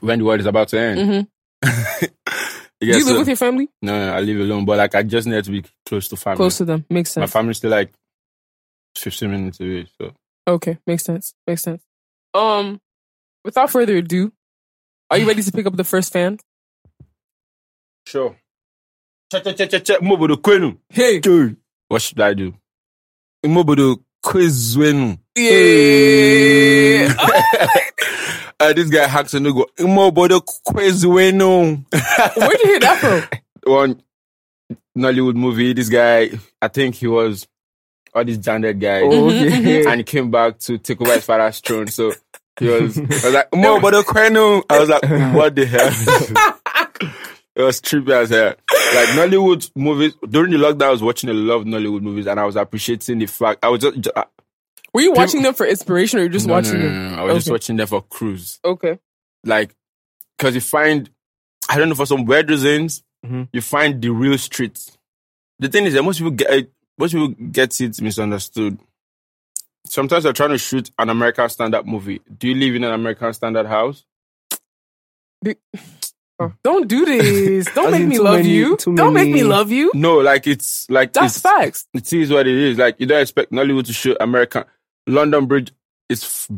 when the world is about to end.
hmm
You
Do
get
you live
so-
with your family?
no, no, I live alone, but like, I just need to be close to family.
Close to them. Makes
My
sense.
family's still like 15 minutes away. So,
Okay, makes sense. Makes sense. Um, without further ado, are you ready to pick up the first fan?
sure. Check, check, check, check, check. Mobodo Kwenu.
Hey,
What should I do? Mobodo Kwezwenu.
yeah.
Uh, this guy hacks a new go. Mobodo Kwezwenu.
Where'd you hear that from?
one Nollywood movie. This guy, I think he was all these gendered guy,
Oh,
Mhm,
okay.
and he came back to take over his father's throne. So he was, I was like, "Mo, but the quenu." I was like, "What the hell?" it was trippy as hell. Like Nollywood movies during the lockdown, I was watching a lot of Nollywood movies, and I was appreciating the fact I was just, just-
Were you watching them for inspiration or you just
No, no,
watching
no,
them?
no, no. I was just
Okay.
watching them for cruise,
Okay.
like because you find, I don't know, for some weird reasons,
Mm-hmm.
Mhm.
you find the real streets. the thing is that most people get it, most people get it misunderstood. Sometimes they're trying to shoot an American standard movie. Do you live in an American standard house?
Don't do this. Don't
As
make
in
me
too
love
many-
you.
too
Don't make me
many-
love you.
No, like it's like
That's
it's,
facts.
it is what it is. Like you don't expect Nollywood to shoot American. London Bridge is f-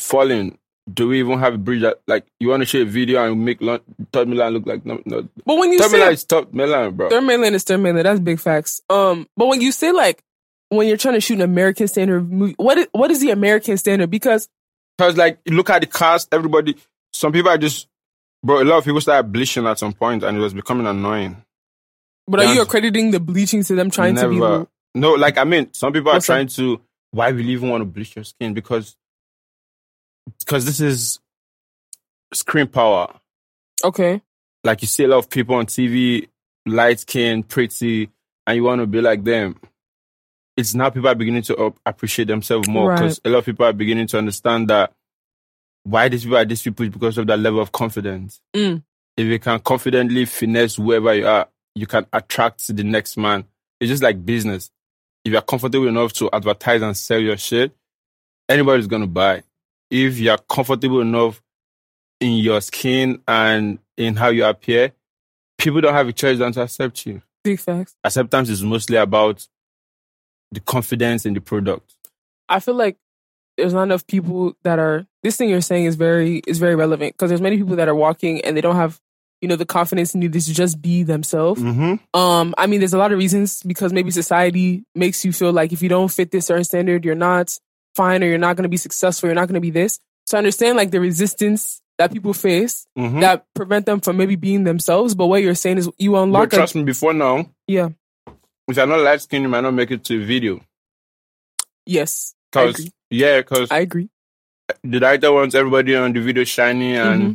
falling. Do we even have a bridge that like you want to shoot a video and make Lon- Third Milan look like no, no.
But when you
Third Milan
say
is Third Milan, bro.
third mainland is third mainland, that's big facts. Um, but when you say like when you're trying to shoot an American standard movie, what is, what is the American standard? Because
Because like you look at the cast, everybody. Some people are just bro. A lot of people started bleaching at some point, and it was becoming annoying.
but are you
Yeah.
accrediting the bleaching to them trying to be?
Never. No, like I mean, some people are
What's that?
trying to. Why will you even want to bleach your skin? Because because this is screen power.
Okay.
Like you see a lot of people on TV, light skin, pretty, and you want to be like them. It's now people are beginning to up- appreciate themselves more
Right.
because a lot of people are beginning to understand that why these people are these people is because of that level of confidence.
Mm.
If you can confidently finesse whoever you are, you can attract the next man. It's just like business if you're comfortable enough to advertise and sell your shit, anybody's gonna buy. If you're comfortable enough in your skin and in how you appear, people don't have a choice than to accept you.
Big facts.
Acceptance is mostly about the confidence in the product.
I feel like there's not enough people that are this thing you're saying is very is very relevant because there's many people that are walking and they don't have you know the confidence needed to just be themselves.
Mm-hmm.
Um, I mean, there's a lot of reasons because maybe society makes you feel like if you don't fit this certain standard, you're not fine or you're not going to be successful, you're not going to be this. So I understand like the resistance that people face
Mm-hmm.
that prevent them from maybe being themselves. But what you're saying is you unlock.
But
a-
trust me, before now,
Yeah.
if you're not light skinned, you might not make it to a video.
yes, I
Cause
agree.
yeah, because
I agree.
the director wants everybody on the video shiny and
Mm-hmm.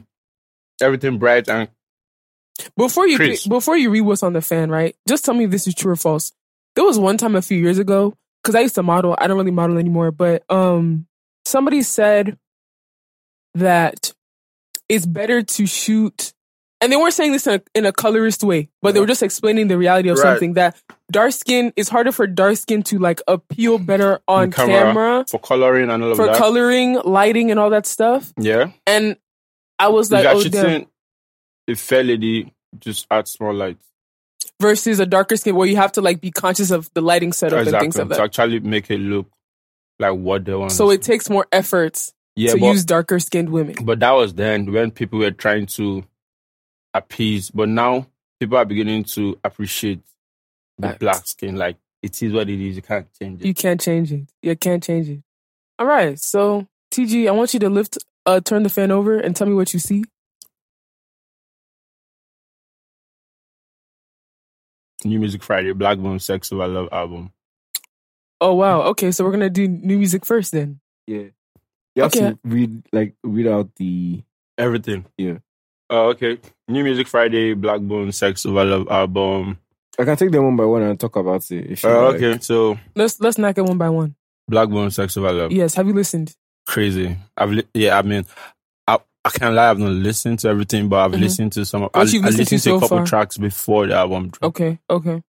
everything bright and
Before you
Chris.
before you read what's on the fan, right? Just tell me if this is true or false. There was one time a few years ago because I used to model. I don't really model anymore, but um, somebody said that it's better to shoot, and they weren't saying this in a, in a colorist way, but they
Yeah.
were just explaining the reality of
Right.
something that dark skin is harder for dark skin to like appeal better on
camera,
camera,
for coloring and all of
for
that.
coloring, lighting, and all that stuff.
yeah.
And I was like,
if you're
oh, damn.
shooting a fair lady, just add small light.
versus a darker skin where you have to like be conscious of the lighting setup and
Exactly.
things of
to
that.
actually make it look like what they want.
So it takes more effort
yeah,
to
but,
use darker skinned women.
but that was then when people were trying to appease. But now people are beginning to appreciate the
Facts.
black skin. Like it is what it is. You can't change it.
You can't change it. You can't change it. All right. So TG, I want you to lift, uh, turn the fan over and tell me what you see.
New Music Friday, Black Bone Sex Over Love album.
Oh wow. Okay. So we're gonna do new music first then.
Yeah. You have
Okay.
to read like read out the
Everything.
Yeah.
Oh, okay. New Music Friday, Black Bone Sex Over Love album.
I can take them one by one and talk about it. If you
Oh,
like.
okay. So
Let's let's knock it one by one.
Black Bone Sex Over Love.
Yes. Have you listened?
crazy. I've li- yeah, I mean, I I can't lie, I've not listened to everything, but I've
Mhm.
listened to some. Of, I, I
What you've
listened
listened
to,
to
a
so
couple
far?
tracks before the album. dropped.
Okay. Okay.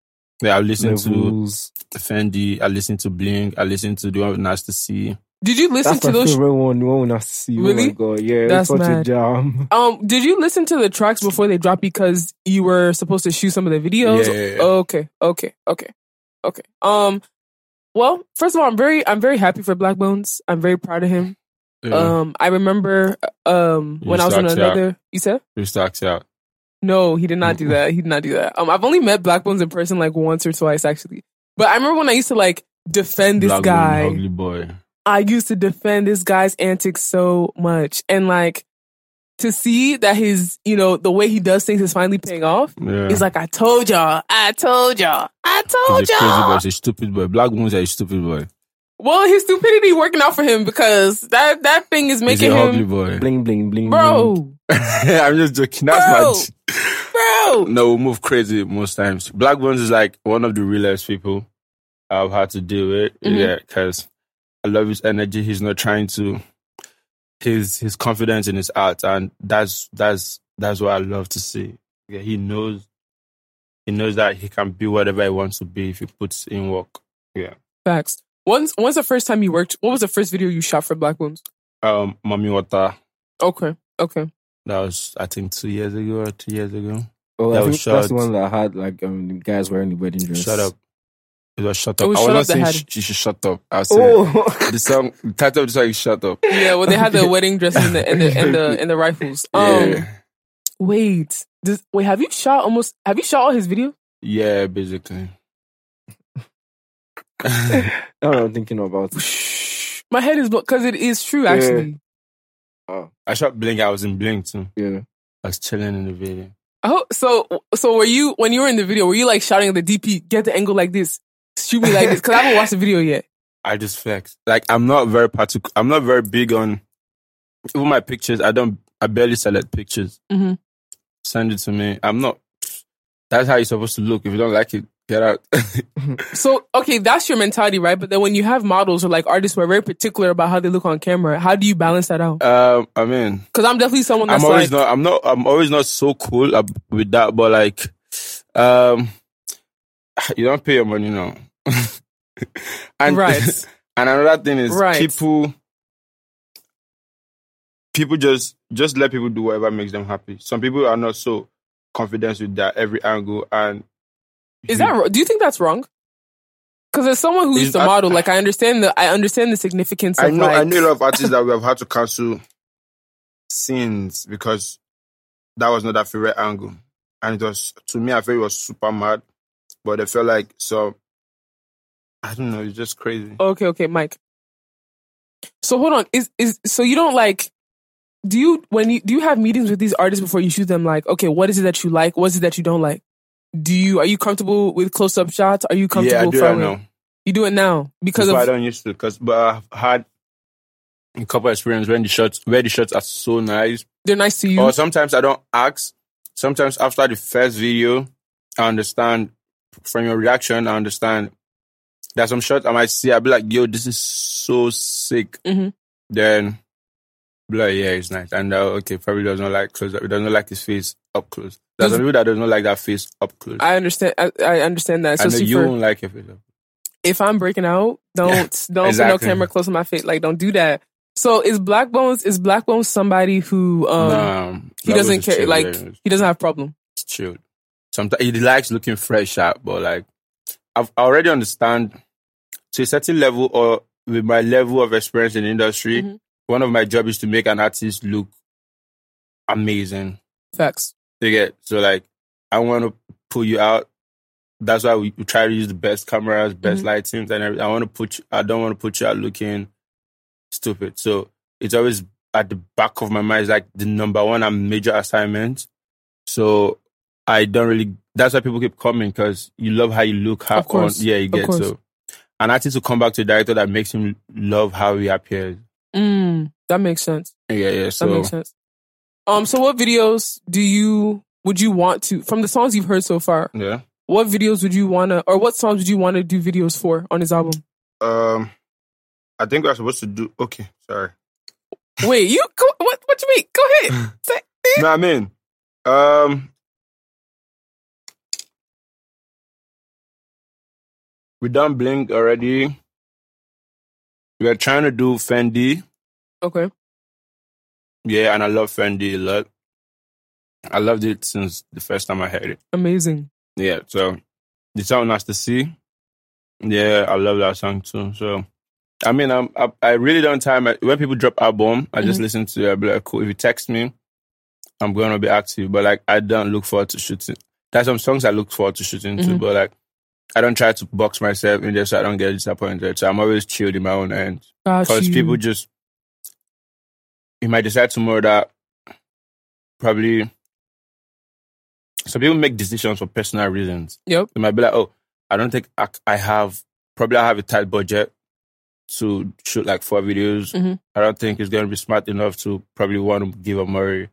Yeah, I've listened
Levels.
to Fendi. I listened to Blink. I listened to the one with Nasty C.
Did you listen
That's
to
my
those?
favorite one. The one we have to see. Oh
Really?
my god. Yeah.
That's
That's such a
mad.
jam.
Um. Did you listen to the tracks before they dropped because you were supposed to shoot some of the
Yeah,
videos?
yeah, yeah.
Okay, okay, okay, okay. Um, well, first of all, I'm very, I'm very happy for Black Bones. I'm very proud of him.
Yeah.
Um, I remember, um,
You
when I was on
sucked, yeah.
another, you said
Who stocks out?
no, he did not do that. He did not do that. Um, I've only met Black Bones in person like once or twice actually, but I remember when I used to like defend this
Black Bone,
guy.
ugly boy.
I used to defend this guy's antics so much, and like to see that his, you know, the way he does things is finally paying off.
Yeah.
He's like, I told y'all, I told y'all, I told
He's a crazy boy.
y'all.
He's a stupid boy. Black Bone's a stupid boy.
Well, his stupidity working out for him because that that thing is
He's
making
an ugly
him,
boy.
Bling bling bling. bling.
bro,
I'm just joking. That's my.
bro.
No, we move crazy most times. Black Bones is like one of the realest people I've had to deal with.
Mhm.
Yeah, because I love his energy. He's not trying to. His his confidence in his art, and that's that's that's what I love to see. Yeah, he knows. He knows that he can be whatever he wants to be if he puts in work.
Facts. When's when's the first time you worked? What was the first video you shot for Black Wounds?
Um, Mommy Water.
Okay, okay.
That was I think two years ago or two years ago.
Oh,
That
I
was
think that's the
shot.
one that had like um the guys wearing the wedding dress.
Shut up. It was shut up.
It was
I was
Oh, Shut
not saying
Up that had
sh-
it.
she should shut up. I was saying
Oh.
the song. The title of the song is "Shut Up."
Yeah, well, they had the wedding dresses and the and the and the, and the rifles. Um,
yeah,
wait, Does, wait. Have you shot almost? Have you shot all his videos?
yeah, basically.
Now that I'm thinking about it.
My head is because it is true.
Yeah.
Actually,
Oh,
I shot Blink. I was in Blink too.
yeah.
I was chilling in the video.
I hope so. So were you when you were in the video? Were you like shouting at the DP, get the angle like this, shoot me like this? Because I haven't watched the video yet.
I just flexed. Like I'm not very particular. I'm not very big on even my pictures. I don't. I barely select pictures.
Mhm.
Send it to me. I'm not. That's how you're supposed to look. If you don't like it, get out.
So okay, that's your mentality, right? But then when you have models or like artists who are very particular about how they look on camera, how do you balance that out?
um, I mean,
Because I'm definitely someone that's
I'm always
like,
not. I'm not. I'm always not so cool ab- with that. But like, um, you don't pay your money now. and
right,
and another thing is
Right.
people. People just just let people do whatever makes them happy. Some people are not so confident with that every angle. And
is that wrong? do you think that's wrong? Because as someone who
Is
used to
that-
model, like I understand the I understand the significance
I
of
know I
like
know a lot of artists that we have had to cancel scenes because that was not their favorite angle. And it was to me I feel it was super mad. But I felt like so I don't know, it's just crazy.
Okay, okay, Mike. So hold on. Is is so you don't like do you when you do you have meetings with these artists before you shoot them like, okay, what is it that you like? What is it that you don't like? Do you are you comfortable with close up shots? Are you comfortable
yeah, I do I
firing?
know.
You do it now because
Because I
of
don't used to because but I've had a couple experience when the shots where the shots are so nice.
they're nice to you.
Or sometimes I don't ask. Sometimes after the first video, I understand from your reaction, I understand There's some shots I might see. I'll be like, yo, this is so sick.
Mhm.
Then, be like, yeah, it's nice. And uh, okay, probably does not like close. He does not like his face up close. There's
Does-
some people that does not like that face up close. I,
I understand. I, I understand that.
know
Especially
you
for
won't like your face up.
if I'm breaking out, don't don't put
exactly.
no camera close to my face. Like, don't do that. So is Black Bones is Black Bones somebody who um
Nah,
he
that
doesn't
was
care
chill,
like
yeah,
he doesn't have problem.
it's chilled. Sometimes he likes looking fresh out, but like I've I already understand to a certain level or with my level of experience in the industry,
Mhm.
one of my job is to make an artist look amazing.
Facts.
You get so like I want to pull you out. That's why we, we try to use the best cameras, best
Mhm.
lightings, and everything. I want to put. You, I don't want to put you out looking stupid. So it's always at the back of my mind. It's like the number one and major assignment. So I don't really. That's why people keep coming because you love how you look. How
Of course.
on, yeah, you
Of
get
course.
so. An artist will come back to a director that makes him love how he appears.
Mm, that makes sense.
Yeah, yeah.
That
So
makes sense. Um, so what videos do you would you want to from the songs you've heard so far?
yeah.
What videos would you wanna or what songs would you wanna do videos for on his album?
Um, I think we're supposed to do. Okay, sorry.
Wait, you go, what what you mean? Go ahead. Say,
No, I mean, um, we done Blink already. We are trying to do Fendi.
okay.
Yeah, and I love Fendi a lot. I loved it since the first time I heard it.
Amazing.
Yeah, so the song Nasty C. Yeah, I love that song too. So, I mean, I'm, I, I really don't time. When people drop album, I just
Mhm.
listen to it. I'll be like, cool. If you text me, I'm going to be active. But like, I don't look forward to shooting. There's some songs I look forward to shooting to,
Mhm.
but like, I don't try to box myself in there so I don't get disappointed. So I'm always chilled in my own end.
Got
Because
you.
people just, you might decide tomorrow that probably some people make decisions for personal reasons.
Yep.
They might be like, oh, I don't think I, I have, probably I have a tight budget to shoot like four videos.
Mhm.
I don't think it's going to be smart enough to probably want to give a Murray.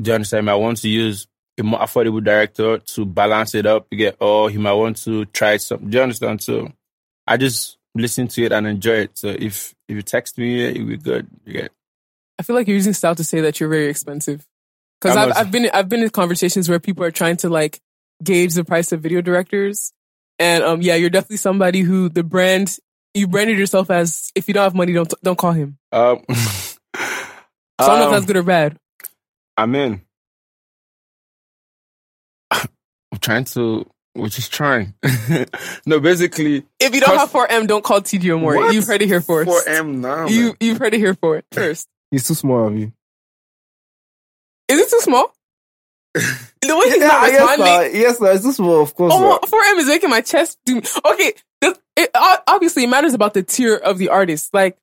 Do you understand? me? I want to use a more affordable director to balance it up. You get, oh, he might want to try something. Do you understand? So I just listen to it and enjoy it. So if if you text me, it'll be good. You get,
I feel like you're using style to say that you're very expensive. Because
I'm
I've,
not-
I've been I've been in conversations where people are trying to like gauge the price of video directors, and um yeah, you're definitely somebody who the brand you branded yourself as. If you don't have money, don't don't call him.
um,
So I don't know if
um,
that's good or bad.
I mean, I'm trying to, we're just trying. no, basically,
If you don't
Cause-
have 4M, don't call TD or more.
What?
You've heard it here first.
4M now.
you
man.
you've heard it here for first.
He's too small of you.
Is it too small? The way he's not
yes,
responding.
now, yes, now, it's too small, of course.
Oh,
now.
4M is making my chest do. Okay, this, it, o- obviously it matters about the tier of the artist. Like,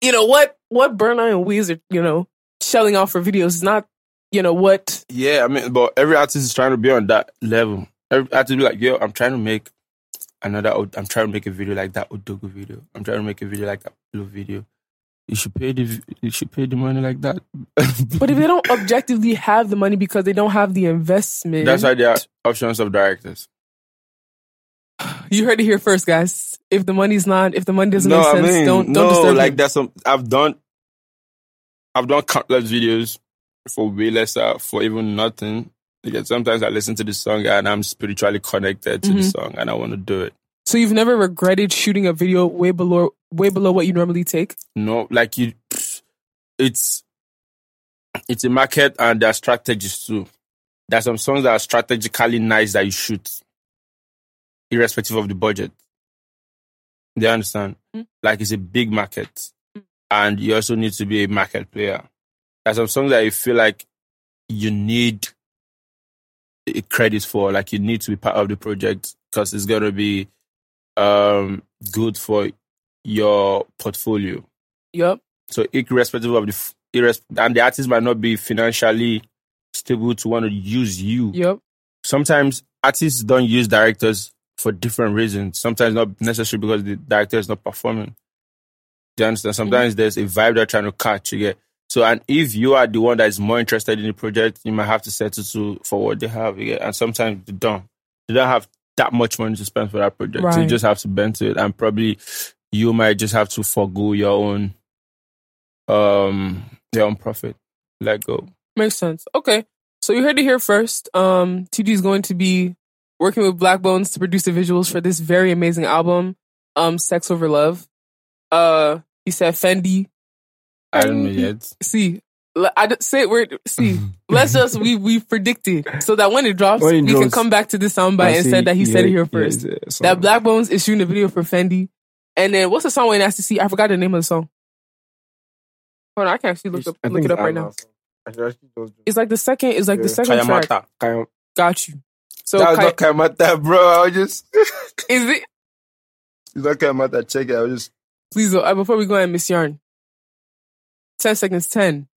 you know what what Burna and Wiz are you know shelling out for videos is not you know what
Yeah, I mean, but every artist is trying to be on that level. Every artist be like, yo, I'm trying to make another, Od- I'm trying to make a video like that Odogo video. I'm trying to make a video like that Blue video. You should pay the, you should pay the money like that.
But if they don't objectively have the money because they don't have the investment,
That's why there are options of directors.
you heard it here first, guys. If the money's not, if the money doesn't
no,
make sense,
I mean,
don't
no,
don't disturb
like
him.
that's some. I've done, I've done countless videos for way lesser, for even nothing. Because sometimes I listen to the song and I'm spiritually connected to the
Mhm.
song and I want to do it.
So you've never regretted shooting a video way below way below what you normally take?
No, like you, it's it's a market and there are strategies too. There are some songs that are strategically nice that you shoot, irrespective of the budget. They understand?
Mm.
Like it's a big market, and you also need to be a market player. There are some songs that you feel like you need a credit for, like you need to be part of the project because it's gonna be um, good for your portfolio.
Yep.
So irrespective of the f- irres- and the artist might not be financially stable to want to use you.
Mm.
Yep.
Sometimes artists don't use directors for different reasons. Sometimes not necessarily because the director is not performing. Do you understand? Sometimes there's a vibe they're trying to catch. You get so, and if you are the one that is more interested in the project, you might have to settle to for what they have. You get, and sometimes they don't. They don't have that much money to spend for that project. So you
Right.
just have to bend to it, and probably you might just have to forego your own, um, your own profit. Let go.
Makes sense. Okay. So you heard it here first. Um, TG is going to be working with Black Bones to produce the visuals for this very amazing album, um, Sex Over Love. Uh, he said Fendi.
I don't know
Fendi.
yet.
See, l- I d- say it word. See, let's just we we predicted so that when it drops,
When it
we can
drops,
come back to this soundbite
I
and
see-
said that he said it here
yeah, yeah,
first.
yeah, so-
that Black Bones is shooting a video for Fendi. And then what's the song we asked to see? I forgot the name of the song. Hold on, I can actually look up
I
look
think
it up
I
right
know.
now.
I should actually just do-
It's like the second. It's like the
Yeah.
second track.
Kayamata.
Kayam-
Got you. So
That's
Kai-
not Kayamata, bro. I was just. it's
is it?
not Kayamata. Check it. I was just.
Please, though, uh, before we go ahead, Miss Yarn. Ten seconds. Ten,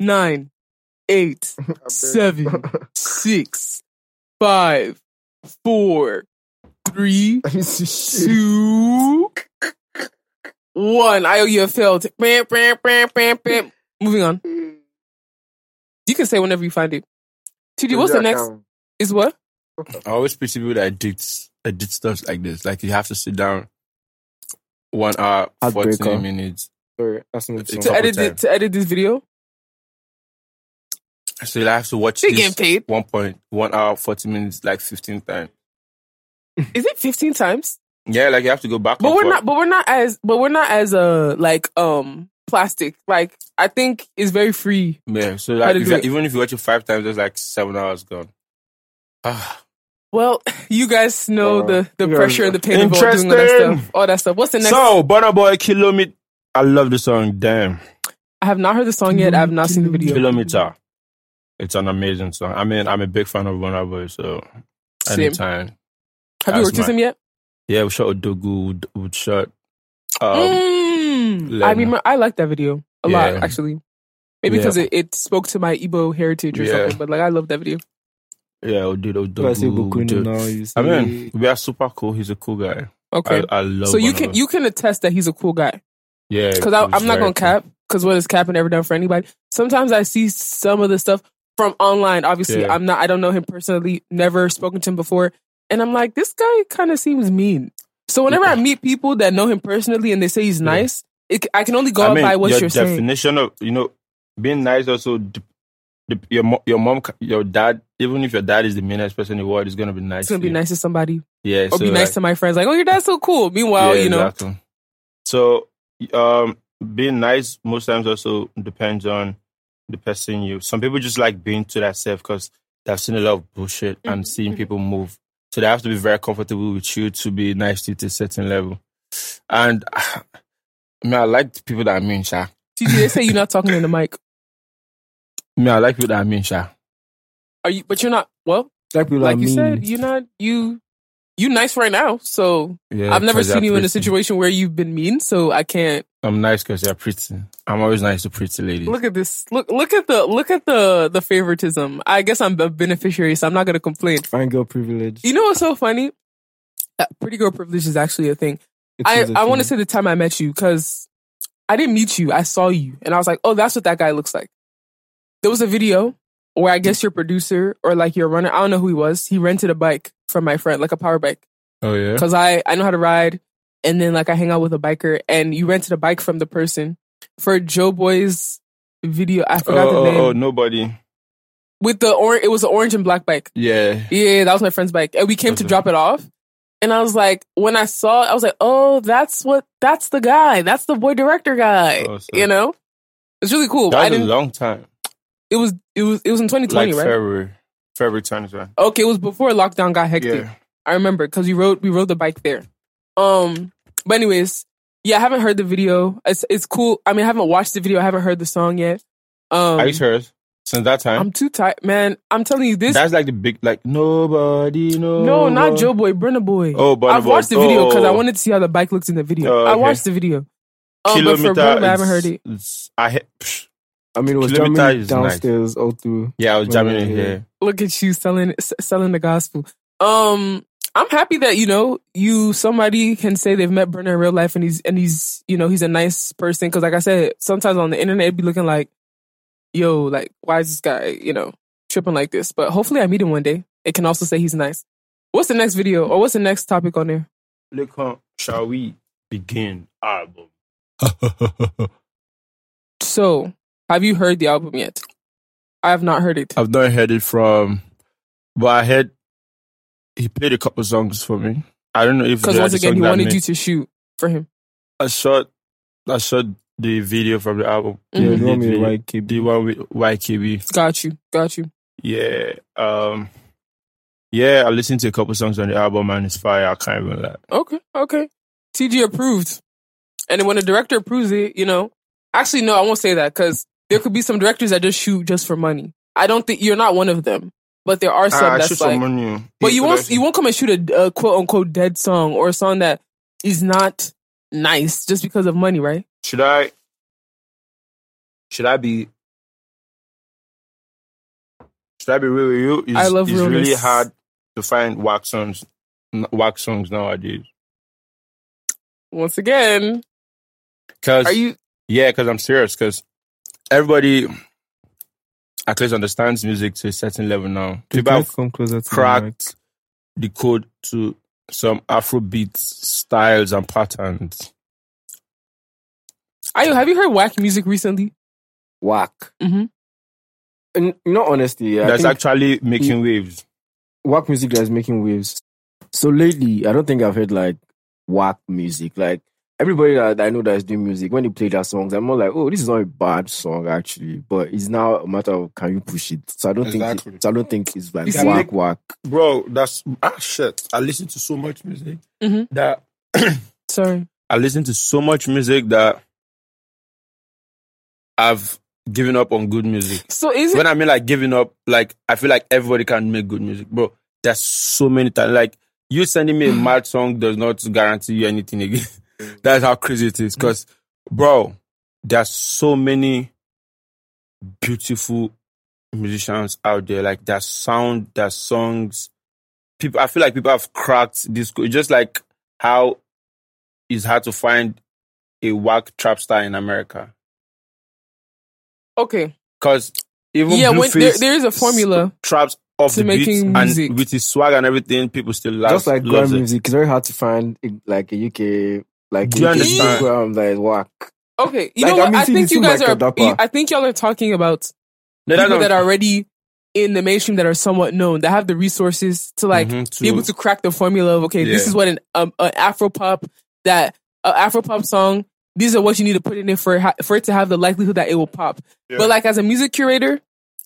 nine, eight, seven, six, five, four, three, two, one. I owe you a failed. Bam, bam, bam, bam, bam. Moving on. You can say whenever you find it. TD, what's the next? Is what?
I always preach to people that edit edit stuff like this. Like you have to sit down one hour, fourteen
Heartbreaker.
minutes.
Sorry, that's not
It's
To
Couple
edit it,
times.
to edit this video.
So you have to watch
She
this
getting paid.
one point one hour forty minutes like fifteen times.
Is it fifteen times?
Yeah, like you have to go back.
But
and
we're
forth.
not. But we're not as. But we're not as uh, like um plastic. Like I think it's very free.
Yeah, so
How
like
to
if
do
you-
it.
even if you watch it five times, there's like seven hours gone. Ah,
Well, you guys know
Uh,
the the
you guys-
pressure and the pain of doing all that
Interesting.
stuff. All that stuff. What's the next?
so Burna Boy Kilometer. I love the song. Damn,
I have not heard the song yet. I have not seen the video.
Kilometer. It's an amazing song. I mean, I'm a big fan of Burna Boy, so
Same.
anytime.
Have you worked with
Asthma.
him yet?
Yeah, we shot Odogu. We we shot. Um,
Eh. Mm. I
Lemon.
remember. I like that video a lot,
Yeah.
actually. Maybe
Yeah.
because it, it spoke to my Igbo heritage or
Yeah.
something. But like, I love that video.
Yeah, we did
Do I say
Odogu. we
Bukunu
did-
now? You say
I mean, we are super cool. He's a cool guy.
Okay.
I, I love.
so you
Burna
can
Boy.
you can attest that he's a cool guy.
Yeah,
because
it was
I'm not
very cool.
gonna cap. Because what has capping ever done for anybody? Sometimes I see some of the stuff from online. Obviously,
Yeah.
I'm not. I don't know him personally. Never spoken to him before, and I'm like, this guy kind of seems mean. So whenever I meet people that know him personally and they say he's
Yeah.
nice, it, I can only go
I
out
mean,
by what
your
you're saying.
definition of you know being nice also d- d- your mo- your mom ca- your dad even if your dad is the meanest person in the world is gonna be nice.
It's gonna
to
be
you.
nice to somebody
Yeah, so
or be nice
like,
to my friends. Like, oh, your dad's so cool. Meanwhile,
yeah,
you know,
exactly. So um, being nice most times also depends on the person you. Some people just like being to themselves because they've seen a lot of bullshit and
Mhm,
seeing
mhm.
people move. So they have to be very comfortable with you to be nice to you to a certain level. And I mean, I like the people that I mean, Sha.
TG, they say you're not talking in the mic.
I mean, I like people that I mean, Sha.
Are you? But you're not. Well,
Black people
like
are
you
mean.
said, you're not. You you nice right now. So
Yeah,
I've never
'cause
seen
they're
you in a
pretty.
situation where you've been mean, so I can't.
I'm nice because they're pretty. I'm always nice to pretty ladies.
Look at this. Look look at the look at the the favoritism. I guess I'm a beneficiary, so I'm not gonna complain.
Fine girl privilege.
You know what's so funny? That pretty girl privilege is actually a thing. I I want to say the time I met you because I didn't meet you. I saw you, and I was like, oh, that's what that guy looks like. There was a video where I guess your producer or like your runner, I don't know who he was. He rented a bike from my friend, like a power bike.
oh yeah,
because I I know how to ride, and then like I hang out with a biker, and you rented a bike from the person for Joe Boy's video. I
oh,
forgot
oh,
the name
oh, nobody.
with the orange. It was an orange and black bike.
Yeah,
Yeah, that was my friend's bike, and we came to
Okay.
drop it off. And I was like, when I saw, it, I was like, oh, that's what that's the guy. That's the boy director guy.
Oh, so-
you know, it's really cool. I
that was a
didn't.
long time.
It was it was it was in 2020,
Like
right?
February, February 2020.
Okay, it was before lockdown got hectic.
Yeah,
I remember because we rode we rode the bike there. Um, but anyways, yeah, I haven't heard the video. It's it's cool. I mean, I haven't watched the video. I haven't heard the song yet. Um,
are you serious? Since that time,
I'm too tired, man. I'm telling you this.
that's like the big like nobody. No,
No, not Joe Boy, Brenna Boy.
Oh, but
I've watched the video because I wanted to see how the bike looked in the video.
Oh,
I
okay.
watched the video. Um, but
kilometer.
for Brenna, I
it's-
haven't heard it.
it's- I he- psh,
I mean, it was
Kilometer
jamming
is nice.
downstairs all
Mm-hmm.
through.
yeah, I was
Oh,
jamming
yeah,
in
yeah.
here.
Look at you selling s- selling the gospel. Um, I'm happy that you know you somebody can say they've met Brenner in real life and he's and he's you know he's a nice person because like I said sometimes on the internet it'd be looking like, yo, like why is this guy you know tripping like this? But hopefully I meet him one day. It can also say he's nice. What's the next video or what's the next topic on there?
Look, huh, shall we begin album?
So, have you heard the album yet? I have not heard it.
I've not heard it from, but I heard he played a couple songs for me. I don't know if
Because
they are
once
the
again,
song
he
that I
wanted
made.
you to shoot for him.
I shot, I shot the video from the album.
Mhm.
Yeah,
The
you want me
lead
to
video.
like keep
The one with YKB.
Got you. Got you.
Yeah. Um, yeah, I listened to a couple songs on the album and it's fire. I can't even lie.
Okay. Okay. TG approved. And then when the director approves it, you know, actually, no, I won't say that because there could be some directors that just shoot just for money. I don't think you're not one of them, but there are some
Ah, I
that's
shoot
like,
some money.
But you won't you won't come and shoot a, a quote unquote dead song or a song that is not nice just because of money, right?
Should I? Should I be? Should I be real with you? It's,
I love
It's really
realness.
hard to find wax songs, n- wax songs nowadays.
Once again,
Cause
are you
yeah, cause I'm serious. Cause everybody at least understands music to a certain level now. People have
come closer to
cracked the code to some Afrobeat styles and patterns.
are you have you heard whack music recently?
Whack.
Mhm.
And not honestly, yeah, I
That's
think
Mm-hmm. actually making waves.
whack music that's making waves. So lately, I don't think I've heard like whack music. Like everybody that I know that's doing music, when they play their songs, I'm more like, oh, this is not a bad song actually, but it's now a matter of can you push it. So I don't
Exactly.
think, it, so I don't think it's like
You see-
whack whack.
Bro, that's ah shit. I listen to so much music
Mhm.
that
Sorry.
I listen to so much music that I've given up on good music.
So is it
When I mean like giving up, like I feel like everybody can make good music, bro. There's so many times. Like you sending me a mad song does not guarantee you anything again. That's how crazy it is. Cause, bro, there's so many beautiful musicians out there. Like their sound, their songs. People, I feel like people have cracked this. co- Just like how it's hard to find a whack trap star in America.
okay?
Cause even
yeah, when, there,
Blueface
there is a formula.
traps off
to
the beat
making music.
and with his swag and everything, people still love.
Just like
loves
grime
it.
music, it's very hard to find like a UK like
Do you
UK
understand?
grime that is whack.
Okay, you
Like,
know what?
I mean,
I
see,
think
you
you
see
guys
Michael
are.
Dapper.
you- I think y'all are talking about
No, that's
people
not-
that are already in the mainstream that are somewhat known that have the resources to like
Mhm, to-
be able to crack the formula of okay, this
Yeah.
is what an um, an Afropop that an Afropop song. These are what you need to put in it for ha- for it to have the likelihood that it will pop.
Yeah.
But like as a music curator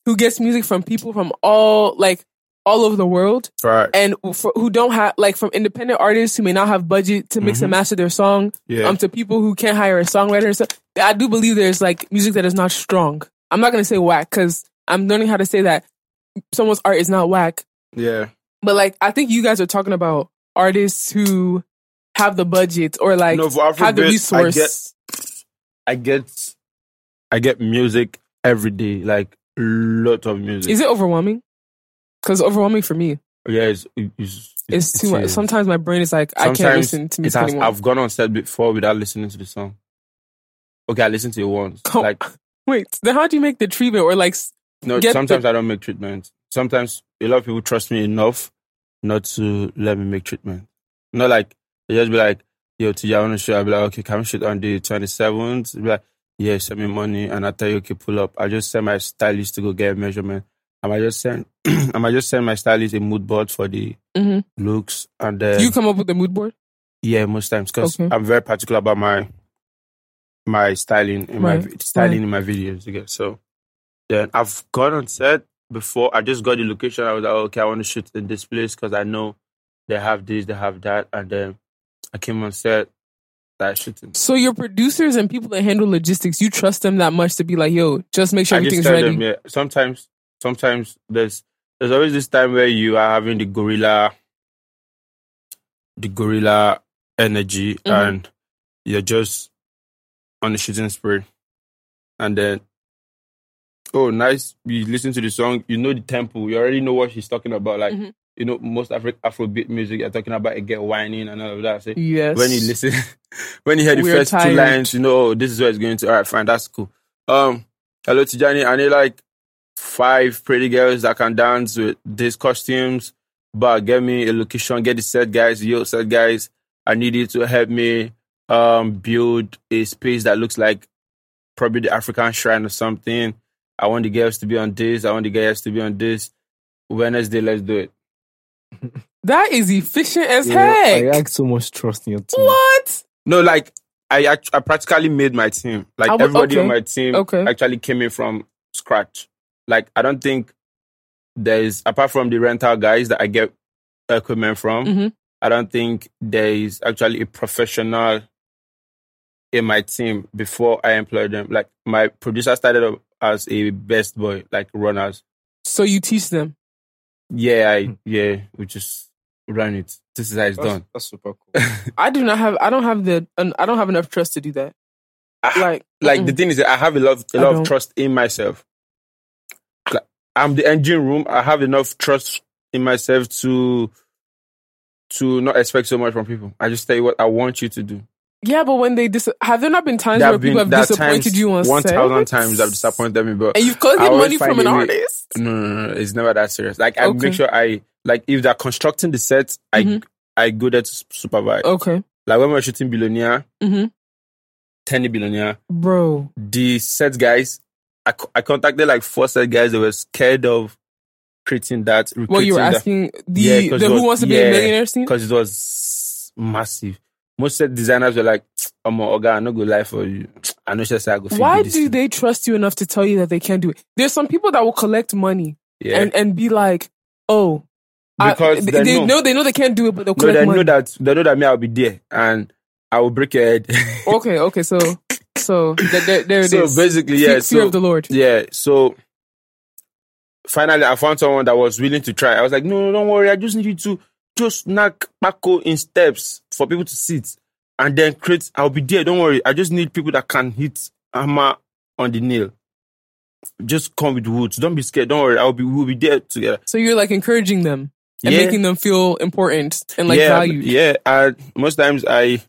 who gets music from people from all like all over the world
right.
and for, who don't have like from independent artists who may not have budget to mix and
Mm-hmm.
master their song
Yeah.
um to people who can't hire a songwriter and stuff. I do believe there's like music that is not strong. I'm not gonna say whack because I'm learning how to say that someone's art is not whack.
yeah.
But like I think you guys are talking about artists who have the budget or like
No, for
have the
Afrobeat, I
resource.
get- I get I get music every day, like lot of music.
Is it overwhelming? Because overwhelming for me,
yeah, it's, it's,
it's too
it
much.
is.
Sometimes my brain is like, I can't
Sometimes
listen to
it
music
has,
anymore.
I've gone on set before without listening to the song. Okay, I listened to it once.
Come-
Like
Wait, then how do you make the treatment or like? s-
no,
Get the-
sometimes I don't make treatment. Sometimes a lot of people trust me enough not to let me make treatment. Not like they just be like, yo, to your own show, I'll be like, okay, come shoot on the twenty seventh. Be like, yeah, send me money and I tell you okay, pull up. I just send my stylist to go get a measurement. I might just send I might just send my stylist a mood board for the
Mhm.
looks and then
you come up with the mood board.
yeah, most times because
Okay.
I'm very particular about my my styling in my
Right,
vi- styling in my videos. Okay, so then I've gone on set before. I just got the location. I was like, okay, I want to shoot in this place because I know they have this, they have that, and then I came on set, started shooting.
So your producers and people that handle logistics, you trust them that much to be like, yo, just make sure
I just
everything's
tell
ready.
them, yeah. Sometimes, sometimes there's there's always this time where you are having the gorilla, the gorilla energy,
Mhm.
and you're just on the shooting spree, and then oh, nice. You listen to the song, you know the tempo, you already know what she's talking about. Like
Mhm.
you know, most Afro Afrobeat music, you're talking about it get whining and all of that. So
Yes.
when you listen, when you hear the
We're
first two
tired.
lines, you know, oh, this is where it's going to. All right, fine, that's cool. Um, hello to Johnny. I need like five pretty girls that can dance with these costumes. but get me a location, get the set guys, yo, set guys. I need you to help me um build a space that looks like probably the African shrine or something. I want the girls to be on this, I want the guys to be on this. Wednesday, let's do it.
That is efficient as
You know,
heck.
I act so much trust in your team.
what?
No, like I act- I practically made my team. Like
I would-
everybody on
okay.
my team
Okay.
actually came in from scratch. Like I don't think there's apart from the rental guys that I get equipment from.
Mhm.
I don't think there is actually a professional in my team before I employed them. Like my producer started up as a best boy, like runners.
So you teach them.
Yeah,
Mm.
I, yeah, we just run it. This is how it's done.
That's super cool.
I do not have. I don't have the. an- I don't have enough trust to do that. Like,
like
mm-mm.
the thing is that I have a lot a
I
lot
don't.
of trust in myself. Like, I'm the engine room. I have enough trust in myself to to not expect so much from people. I just tell you what I want you to do.
yeah, but when they dis- have there not been times
There
where people have
there are
disappointed
times-
you on
one
set?
thousand times I've disappointed me, but
and you've collected
I always
money from
find
an
a way.
artist.
no, no, no, it's never that serious. Like I
Okay.
make sure I like if they're constructing the set, I
Mhm.
I go there to s- supervise.
Okay,
Like when we we're shooting Billionaire,
Mhm.
Tenny Billionaire,
bro.
the set guys, I, co- I contacted like four set guys. They were scared of creating that.
Well, you were asking the
Yeah, 'cause
the
it
Who
was-
Wants to Be a
yeah,
Millionaire scene.
because it was massive. Most set designers were like, "I'm a oga, I no go lie for you. I know just I go." fit
Why
this
do
thing."
they trust you enough to tell you that they can't do it? There's some people that will collect money
Yeah,
and and be like, oh, I-
because
they,
they, know,
know they know they can't do it, but they'll
no,
collect
they
money.
know that they know that me, I'll be there and I will break your head.
Okay, okay, so so th- there, there it is.
so basically, yeah.
Fear- fear
so
of the Lord.
Yeah, so finally I found someone that was willing to try. I was like, no, no, don't worry. I just need you to just knock Paco in steps for people to sit and then create. I'll be there. Don't worry. I just need people that can hit hammer on the nail. Just come with woods. Don't be scared. Don't worry. I'll be, we'll be there together.
So you're like encouraging them and
yeah.
making them feel important and like
yeah,
valued.
Yeah, I, most times I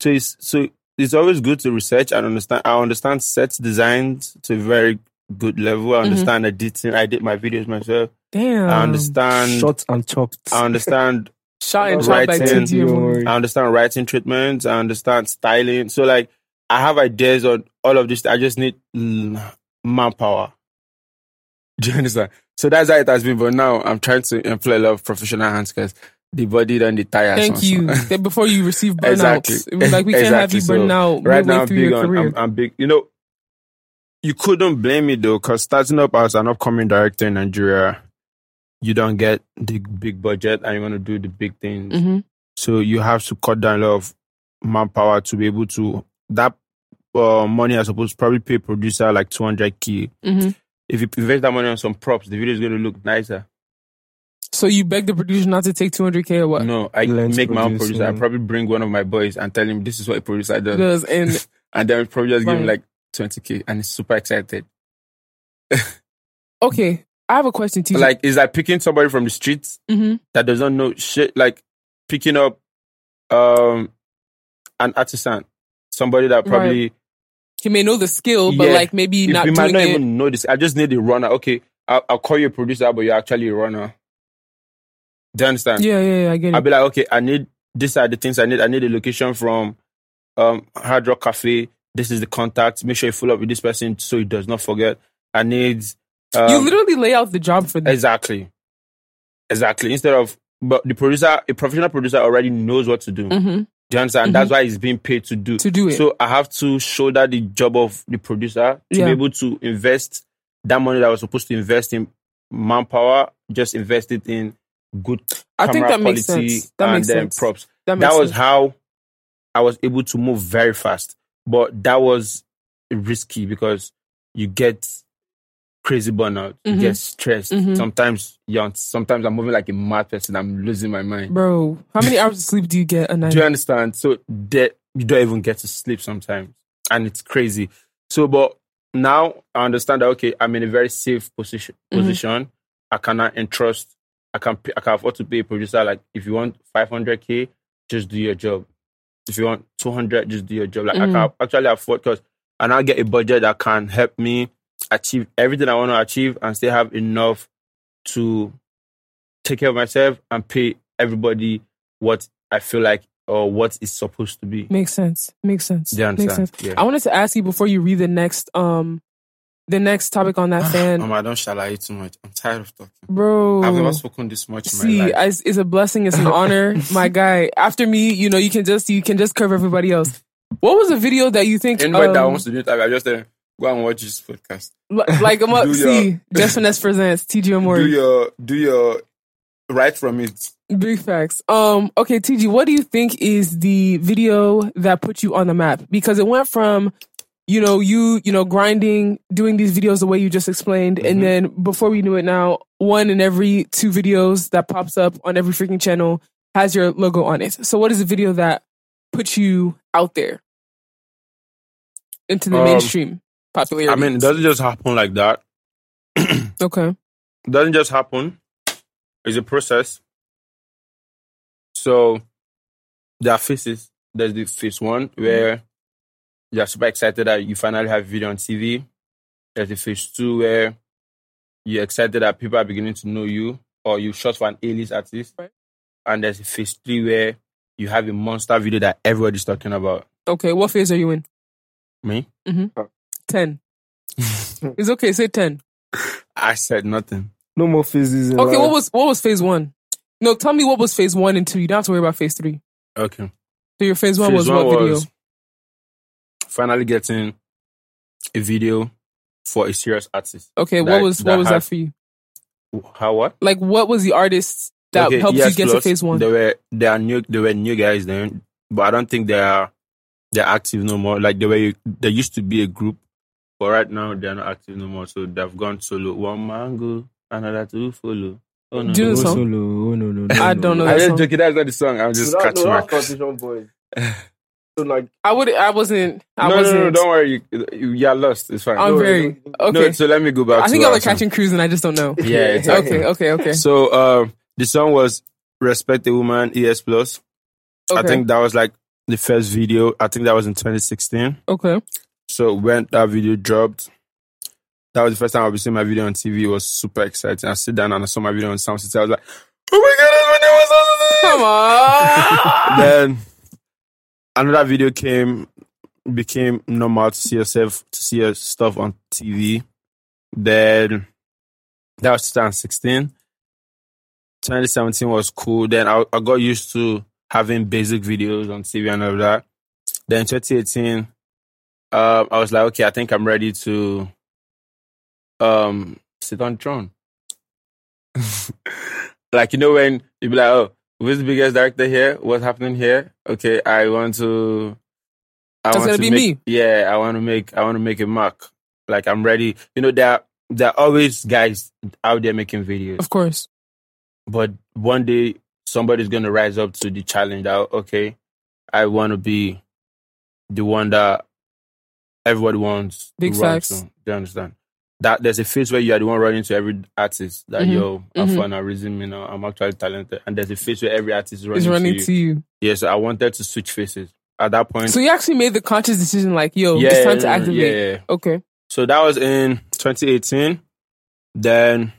so it's, so it's always good to research and understand. I understand set designs to a very good level. I
Mhm.
understand editing. I did my videos myself.
Damn.
I understand.
Short and chopped.
I understand.
Shot and shot
Right
by
hand.
TG. Amore.
I understand writing treatments. I understand styling. So like, I have ideas on all of this. I just need mm, manpower. Do you understand? So that's how it has been. But now I'm trying to employ a lot of professional hands because the body done the tires.
Thank you. That Before you receive burnouts,
Exactly.
it was like we can't have you
Exactly.
burn
So,
out
right
midway
now, I'm
through
big
your
on.
career.
I'm, I'm big. You know, you couldn't blame me though, because starting up as an upcoming director in Nigeria, you don't get the big budget, and you want to do the big things.
Mhm.
So you have to cut down a lot of manpower to be able to that uh, money. I suppose probably pay producer like two hundred k.
Mhm.
If you invest that money on some props, the video is going to look nicer.
So you beg the producer not to take 200k or what?
No, I
Learn to
make my own
produce,
producer. I
yeah.
probably bring one of my boys and tell him this is what a producer does.
Because and
and then probably just give him
Right.
like 20k and he's super excited
okay, I have a question, TJ.
like it's like picking somebody from the streets
Mhm.
that does not know shit like picking up um an artisan somebody that probably
he may know the skill, but
Yeah.
like maybe
you,
not
you might
doing
not
it.
even know this i just need a runner okay I'll, I'll call you a producer but you're actually a runner do you understand
Yeah, yeah, yeah. I get
i'll
it.
be like okay i need these are the things i need i need a location from um hard rock cafe this is the contact make sure you follow up with this person so he does not forget i need um,
you literally lay out the job for them.
Exactly. Exactly. Instead of but the producer, a professional producer already knows what to do.
Mhm.
Do you understand? That's why he's being paid to do.
To do it.
Mm-hmm. So I have to shoulder the job of the producer to
Yeah.
be able to invest that money that I was supposed to invest in manpower, just invest it in good
I
camera
think that makes
quality
sense. That
and
makes
then
sense.
props.
That, makes
That was
sense.
how I was able to move very fast. But that was risky because you get crazy burnout,
Mhm.
you get stressed.
Mhm.
Sometimes you're on- sometimes I'm moving like a mad person, I'm losing my mind.
bro. How many hours of sleep do you get a night?
Do you understand? So that you don't even get to sleep sometimes. And it's crazy. So but now I understand that okay, I'm in a very safe position
Mhm.
position. I cannot entrust I can pay, I can afford to pay a producer like if you want 500k, just do your job. If you want 200, just do your job. Like I
Mhm.
can actually afford because I now get a budget that can help me achieve everything I want to achieve and still have enough to take care of myself and pay everybody what I feel like or what it's supposed to be.
Makes sense. Makes sense.
Do you
Makes
understand?
sense.
Yeah.
I wanted to ask you before you read the next um the next topic on that fan.
Um, I don't shall I too much. I'm tired of talking. I've never
Bro.
spoken this much in my
See,
life.
I- it's, it's a blessing, it's an honor, my guy. After me, you know, you can just you can just curve everybody else. What was a video that you think
Anybody that
um,
wants to do it, I just tell them, go and watch this podcast.
li- like I'm up
Do
see
your-
Just Finesse presents TG
Do
Amori.
your do your right from it.
Big facts. Um, okay, TG, what do you think is the video that put you on the map? Because it went from, you know, you, you know, grinding, doing these videos the way you just explained,
Mhm.
and then before we knew it now, one in every two videos that pops up on every freaking channel has your logo on it. So what is the video that puts you out there? Into the
Um,
mainstream popularity.
I mean, it doesn't just happen like that.
Okay.
doesn't just happen. It's a process. So there are phases. There's the phase one where you're super excited that you finally have video on TV. There's the phase two where you're excited that people are beginning to know you or you shot for an A-list artist.
Right.
And there's the phase three where you have a monster video that everybody's talking about.
Okay. What phase are you in?
Me?
Ten. it's okay, say ten.
I said nothing.
No more phases. In
Okay,
life.
what was what was phase one? No, tell me what was phase one and two. You don't have to worry about phase three.
Okay.
So your phase one
Phase
was what video?
finally getting a video for a serious artist.
Okay, what
that-
was what
that
was
had-
that for you?
How what?
Like, what was the artist that
Okay,
helped
yes,
you get to
plus,
phase one?
They were they are new they were new guys then, but I don't think they are they're active no more. Like they were they used to be a group, but right now they're not active no more. So they've gone solo. One man go, another two follow. Oh no.
Do
no.
the song?
Oh, solo. Oh, no, no, no,
I
no,
don't
no.
know
I
that
just
song.
joking, that's not the song. I'm just
So that-
scratching
no,
my
that's Caucasian boys. So like,
I would. I wasn't. I
no, no,
wasn't.
no, don't worry. You, you, you're lost. It's fine.
I'm
No,
very
no,
okay.
No, so let me go back
I
to
think
what
y'all are
was saying.
catching crews and I just don't know.
Yeah, exactly.
Okay, okay, okay.
So uh, the song was "Respect a Woman" ES Plus.
okay.
I think that was like the first video. I think that was in 2016.
okay.
So when that video dropped, that was the first time I've seen my video on TV. It was super exciting. I sit down and I saw my video on Sound City. I was like, "Oh my god, that's what
Come on.
then another video came became normal to see yourself to see your stuff on TV. Then that was 2016. 2017 was cool. Then I, I got used to having basic videos on TV and all that. Then 2018, um, I was like, okay, I think I'm ready to um sit on throne. like you know when you be like, oh, who's the biggest director here? What's happening here? Okay, I want to. I
That's
want
gonna
to
be
make-
me.
Yeah, I want to make. I want to make a mark. Like I'm ready. You know there are, there are always guys out there making videos,
of course.
but one day somebody's gonna rise up to the challenge. That okay, I want to be the one that everybody wants.
Big
to run to.
facts.
Do you understand? That there's a phase where you are the one running to every artist that
Mhm.
yo, I'm
Mhm.
fun, I'm reason, you know, I'm actually talented, and there's a phase where every artist is running,
Is running
to you.
to you.
Yeah, so I wanted to switch faces at that point.
So you actually made the conscious decision, like, yo,
yeah,
it's time to
yeah,
activate.
yeah, yeah.
Okay.
So that was in 2018. Then,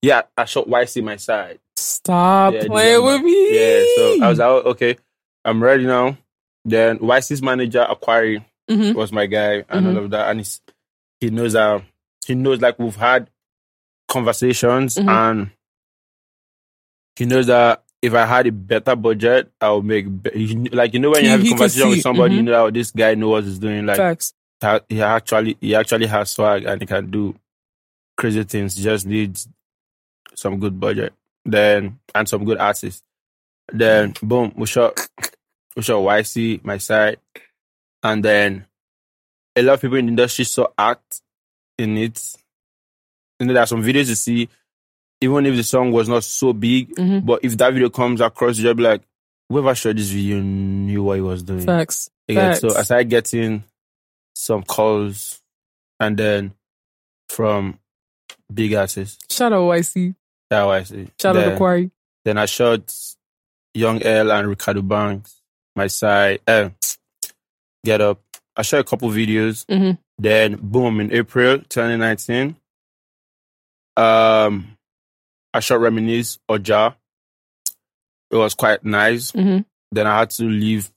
yeah, I shot YC my side.
Stop
Yeah,
playing with
December.
me.
Yeah, so I was like, oh, okay, I'm ready now. Then YC's manager Aquari
Mhm.
was my guy and
Mm-hmm.
all of that, and he's, he knows uh he knows like we've had conversations
Mhm.
and he knows that if I had a better budget, I would make be- he kn- like you know when you
He-
have a
he could
conversation with
see,
somebody, you
mhm.
know that this guy knows what he's doing. Like
Facts.
ha- he actually he actually has swag and he can do crazy things. He just needs some good budget, then and some good artists. Then boom, we shot we shot YC my side, and then a lot of people in the industry saw act in it. You know, there are some videos you see, even if the song was not so big,
Mhm.
but if that video comes across, you'll be like, whoever shot this video knew what he was doing.
Facts.
Yeah, so
Facts.
I started getting some calls and then from big artists.
Shout out YC.
That's why I see.
Shout out
then,
to Quarry.
then I shot Young L and Ricardo Banks, my side, uh, Get Up. I shot a couple videos.
Mhm.
Then, boom, in April 2019, um, I shot Reminisce Oja. It was quite nice.
Mhm.
Then I had to leave.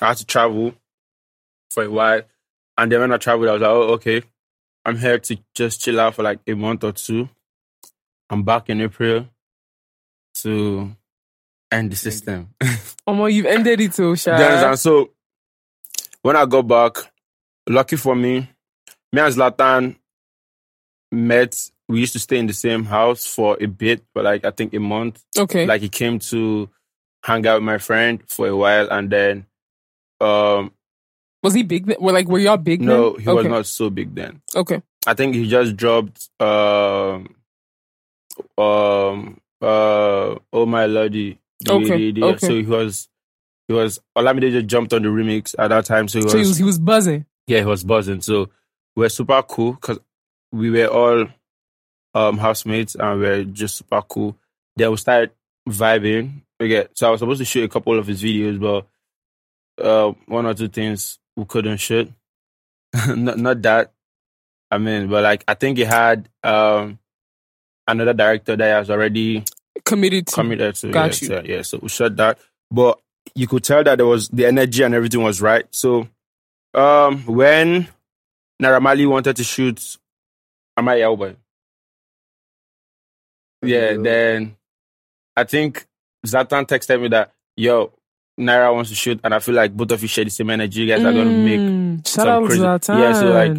I had to travel for a while. And then when I traveled, I was like, oh, okay. I'm here to just chill out for like a month or two. I'm back in April to end the system.
Omo, you've ended it, oh,
Do
Sha.
you understand? So when I got back, lucky for me, me and Zlatan met. We used to stay in the same house for a bit, for like I think a month.
Okay.
Like he came to hang out with my friend for a while, and then um
was he big? Then? Were like, were y'all big?
no,
then?
he was
Okay.
not so big then.
Okay.
I think he just dropped um um uh oh my lordy. The-
Okay,
the- the-
okay.
So he was he was Olamide just jumped on the remix at that time. So he was,
So he was, he was buzzing.
yeah, he was buzzing. So we were super cool because we were all um housemates and we were just super cool. Then we started vibing. Okay, so I was supposed to shoot a couple of his videos, but uh, one or two things we couldn't shoot. not not that I mean, but like I think he had um another director that has already
Committed to.
committed to.
Got
yeah,
you.
So, yeah, so we shot that, but you could tell that there was the energy and everything was right. So um when Naramali wanted to shoot Amaya Elba, yeah,
Yeah.
then I think Zlatan texted me that yo Naira wants to shoot, and I feel like both of you share the same energy. You guys are gonna make
Mm, Shout
some
out
crazy-
Zlatan.
Yeah, so, like,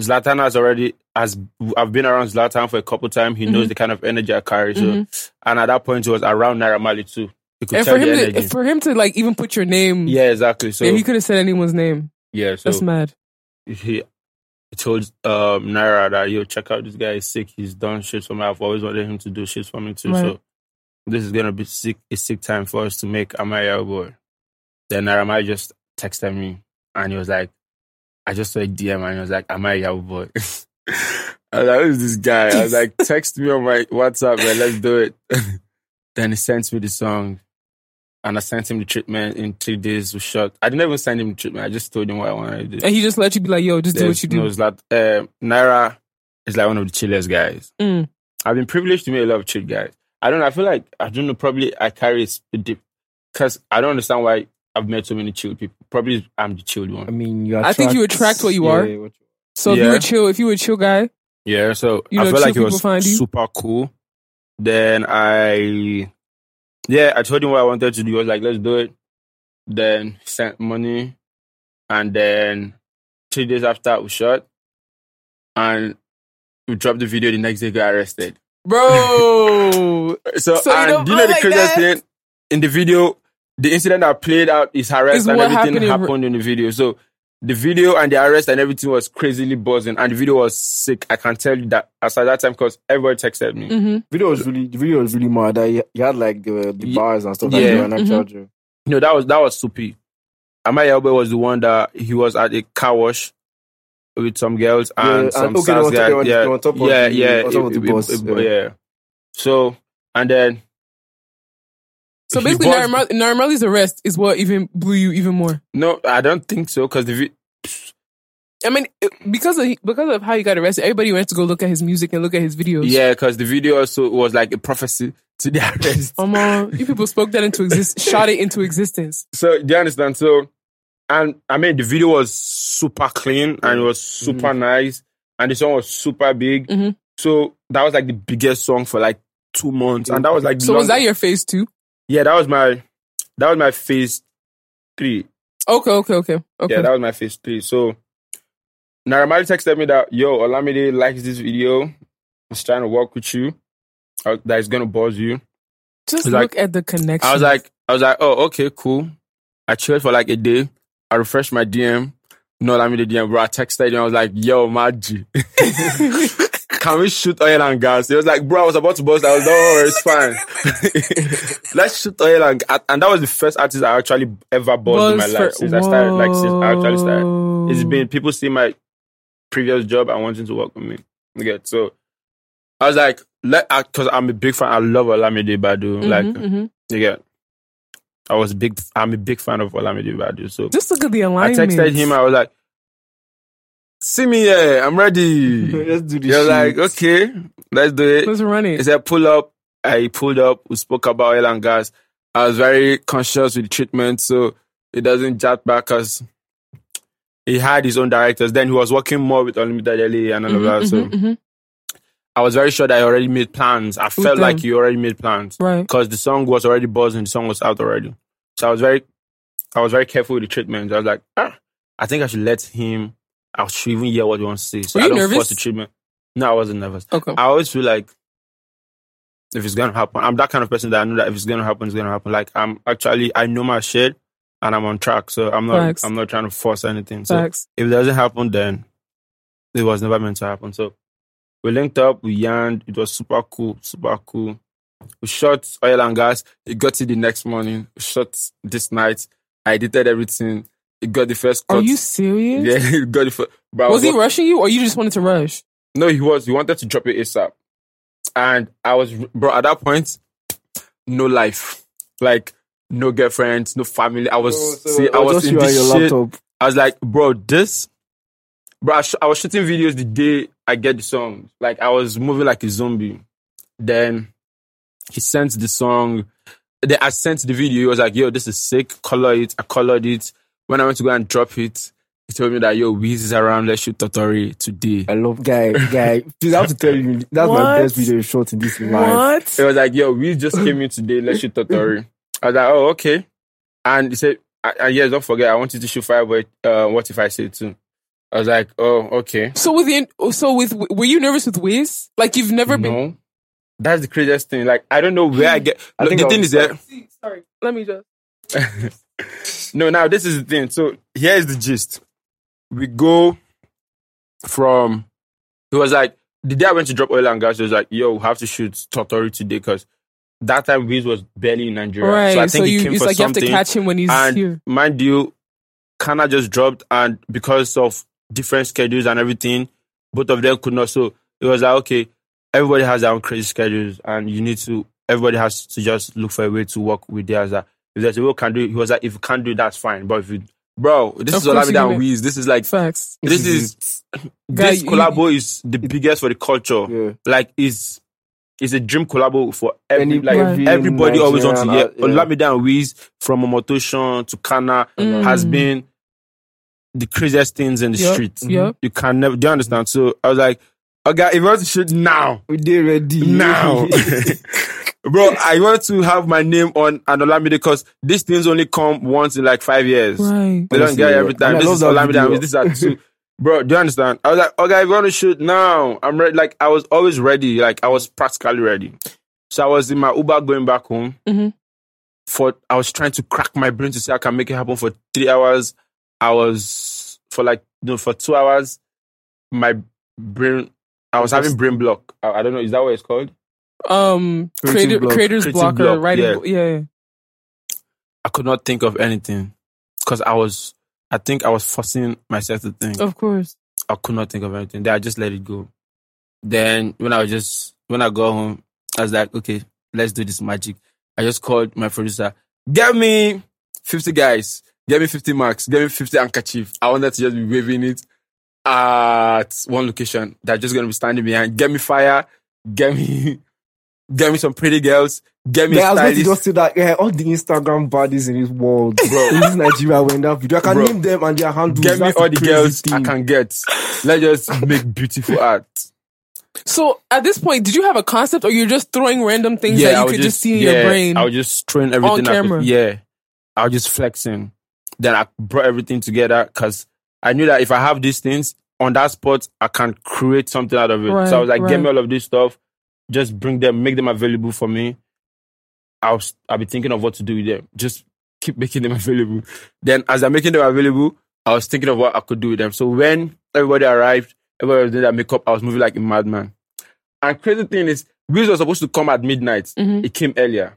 Zlatan has already has I've been around Zlatan for a couple times. He
Mm-hmm.
knows the kind of energy I carry. So and at that point he was around Naira Mali too. You could
and
tell
for
the
him,
energy.
to, for him to like even put your name,
yeah, exactly. So
yeah,
yeah,
he could have said anyone's name.
so
That's mad.
he told um Naira that yo check out this guy is sick. He's done shit for me. I've always wanted him to do shit for me too.
Right.
So this is gonna be sick a sick time for us to make Amaya boy. Then Naira Mali just texted me and he was like, I just saw a DM and he was like, Am I your boy? I was like, who is this guy? I was like, text me on my WhatsApp, man, let's do it. then he sent me the song and I sent him the treatment in three days. We shot. I didn't even send him the treatment. I just told him what I wanted to do.
And he just let you be like, yo, just do what you do.
No, it's like, uh, Naira is like one of the chillest guys.
Mm.
I've been privileged to meet a lot of chill guys. I don't know. I feel like, I don't know, probably I carry a deep, because I don't understand why I've met so many chill people. Probably I'm the chilled
I
one.
mean, you
I think you attract what you are.
yeah, what you-
So if you
Yeah.
were chill, if you were a chill guy,
Yeah, so
You know,
I feel
chill
like it
people
was
find you.
super cool. Then I, yeah, I told him what I wanted to do. He was like, let's do it. Then sent money, and then three days after we shot, and we dropped the video. The next day, got arrested.
bro,
So,
So you
and
don't
do you know
feel
the
like
craziest
that?
thing? In the video, the incident that played out is arrest
Is
and
what
everything
happened in-
happened in the video. So the video and the arrest and everything was crazily buzzing, and the video was sick. I can tell you that as at that time because everybody texted me.
hmm
Video was really, the video was really mad. That you, you had like the, the
Ye-
bars and stuff
yeah.
that you were not
Mhm.
charging.
No, that was that was Supi. Amaya Elbe was the one that he was at a car wash with some girls and
Yeah,
some
and okay,
Sars
on top-
guy.
on-
yeah,
on top of
yeah,
the-
yeah,
on top of the
it- it-
bus,
it-
yeah.
yeah. So and then
So
He
basically,
buzzed-
Naramali's arrest is what even blew you even more.
no, I don't think so because the vi-
I mean, it- because of because of how he got arrested, everybody went to go look at his music and look at his videos.
yeah because the video also was like a prophecy to the arrest.
Omo, Um, uh, you people spoke that into existence, shot it into existence.
So do you understand? So and I mean the video was super clean and it was
Mm-hmm.
super nice and the song was super big.
Mhm.
So that was like the biggest song for like two months. And that was like the
So was that
longest-
your phase two?
Yeah, that was my that was my phase three.
Okay, okay, okay, okay.
Yeah, that was my phase three. So Naramali texted me that yo, Olamide likes this video. He's trying to work with you. Uh, That is gonna buzz you.
Just
It's
look
like-
at the connection.
I was like, I was like, oh, okay, cool. I chilled for like a day. I refreshed my DM. No, I mean the DM, bro. I texted him. I was like, yo, Maji, can we shoot oil and gas? He was like, bro, I was about to bust. I was like, oh, it's fine. Let's shoot oil and gas. And that was the first artist I actually ever buzzed in my
Buzz
life
for-
since I started, like, since I actually started. It's
Whoa.
been people see my previous job and wanting to work with me. Okay, so I was like, let, because I'm a big fan. I love Olamide Badu.
Mhm,
Like,
mhm.
you get. I was big. I'm a big fan of Olamide Badu. So
just look at the
I
alignment.
texted him. I was like, "See me here. I'm ready."
Let's do this.
You're
shit.
like, "Okay, let's do it."
Let's run
He
it.
said, "Pull up." I pulled up, we spoke about oil and gas. I was very conscious with the treatment, so it doesn't jack back us. He had his own directors. Then he was working more with Unlimited LA and all of that. So
Mhm, mhm, mhm.
I was very sure that he already made plans. I felt
them.
like he already made plans
Right.
because the song was already buzzing. The song was out already. So I was very, I was very careful with the treatment. I was like, ah, I think I should let him. I should even hear what he wants to say. So
Were
I
you
don't
nervous?
force the treatment. No, I wasn't nervous.
Okay.
I always feel like if it's gonna happen, I'm that kind of person that I know that if it's gonna happen, it's gonna happen. Like I'm actually, I know my shit and I'm on track. So I'm not,
Facts.
I'm not trying to force anything. So
Facts.
if it doesn't happen, then it was never meant to happen. So we linked up, we yarned. It was super cool, super cool. We shot oil and gas. It got it the next morning. We shot this night. I edited everything. It got the first cut.
Are you serious?
yeah, it got the first. But I
Was he
wa-
rushing you, or you just wanted to rush?
No, he was. He wanted to drop it ASAP. And I was, bro, at that point, no life. Like, no girlfriends, no family. I was, see, I was
just
in
you and
this
your
shit.
laptop.
I was like, bro, this, bro, I, sh- I was shooting videos the day I get the song. Like, I was moving like a zombie. Then he sent the song. Then I sent the video. He was like, yo, this is sick. Color it. I colored it. When I went to go and drop it, he told me that, yo, Wiz is around. Let's shoot Totori today.
I love guy, guy. Please, I have to tell you, that's
What?
my best video shot in this life.
What?
It was like, yo, we just came in today. Let's shoot Totori. I was like, oh, okay. And he said, I, I, yes, don't forget, I wanted to shoot Fireboy. Uh, what if I say too? I was like, oh, okay.
So with the, so with were you nervous with Wiz? Like you've never been.
No. That's the craziest thing. Like, I don't know where I get.
I
Look,
think
the
I
thing
was-
is that
See, sorry, let me just.
no. Now this is the thing. So here is the gist. We go from. It was like the day I went to drop oil and gas. It was like, yo, we have to shoot Totori today because that time Wiz was barely in Nigeria.
Right.
So I think
so
he
you,
came
it's
for
like you have to
something.
catch him when he's
and
here.
mind you, Kana just dropped, and because of different schedules and everything, both of them could not. So it was like, okay, everybody has their own crazy schedules, and you need to. Everybody has to just look for a way to work with theirs. That if there's a way we can do, it, he was like, if you can't do, it, that's fine. But if you, bro, this
Of
is
course you
Olamide
can.
and Wiz. This is like
Facts.
this is
Guy,
this
you-
collabo is the biggest for the culture.
Yeah.
Like is is a dream collabo for every
Any-
like
every
everybody always wants to hear.
Nigerian, uh, yeah.
Olamide and Wiz from Omotoshan to Kana
Mm.
has been the craziest things in the
Yep,
streets.
yep.
You can never do you understand? So I was like, okay, if you want to shoot now,
We did ready
now. Bro, I want to have my name on an Olamide because these things only come once in like five years.
Right.
They don't
Honestly,
get
yeah.
every time.
And I
This
love
is
that
Olamide and
video.
Wiz. This are two. Bro, do you understand? I was like, okay, if you want to shoot now, I'm ready. Like, I was always ready. Like, I was practically ready. So I was in my Uber going back home.
Mm-hmm.
Mhm.
For I was trying to crack my brain to see I can make it happen for three hours. I was for like no for two hours. My brain, I was having brain block. I, I don't know. Is that what it's called?
Um,
Creative
creator,
block.
creators
Creative
blocker,
block,
writing.
yeah.
blo- Yeah. yeah.
I could not think of anything because I was. I think I was forcing myself to think.
Of course.
I could not think of anything. Then I just let it go. Then when I was just when I got home, I was like, okay, let's do this magic. I just called my producer, get me fifty guys, get me fifty marks, get me fifty handkerchief. I wanted to just be waving it at one location. They're just gonna be standing behind. Get me fire, get me, get me some pretty girls, get me
Yeah, I was going to
stylish.
just say that yeah, all the Instagram bodies in this world,
Bro.
in this Nigeria, when that video, I can
Bro.
name them and their handles.
Get me
That's
all the
crazy
girls I
thing.
can get. Let's just make beautiful art.
So at this point, did you have a concept, or you're just throwing random things that
I
you
was
could just, see in
yeah,
your brain?
I was just throwing everything I could-
camera.
yeah, I was just flexing. Then I brought everything together because I knew that if I have these things on that spot, I can create something out of it.
Right,
so I was like,
right.
get me all of this stuff, just bring them, make them available for me. I'll s- I'll be thinking of what to do with them. Just keep making them available. Then as I'm making them available, I was thinking of what I could do with them. So when everybody arrived, everybody was doing their makeup. I was moving like a madman. And crazy thing is, Wiz was supposed to come at midnight.
Mhm.
It came earlier.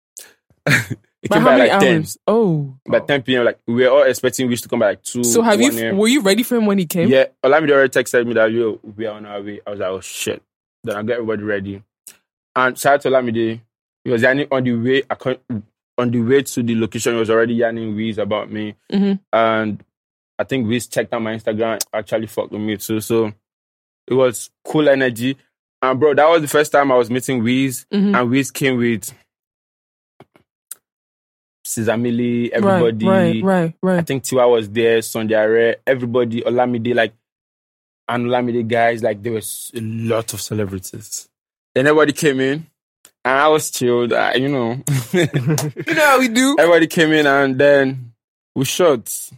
it
By
came
how
by
many
like
hours? Oh.
10. By 10 p.m., like we were all expecting Wiz to come by like 2.
So have
1
you?
a.m.
Were you ready for him when he came?
Yeah, Olamide already texted me that yo, we are on our way. I was like, oh shit. Then I got everybody ready. And shout out to Olamide. He was yanning on the way. I can't, on the way to the location. He was already yanning Wiz about me.
Mhm.
And I think Wiz checked out my Instagram. Actually, fucked with me too. So it was cool energy. And bro, that was the first time I was meeting Wiz,
Mhm.
and Wiz came with Cesar Millie, everybody.
Right, right, right,
I
right.
think Tiwa was there, Sunday Are, everybody, Olamide, like, and Olamide guys, like, there was a lot of celebrities. Then everybody came in, and I was chilled, I, you know.
You know how we do.
everybody came in, and then we shot.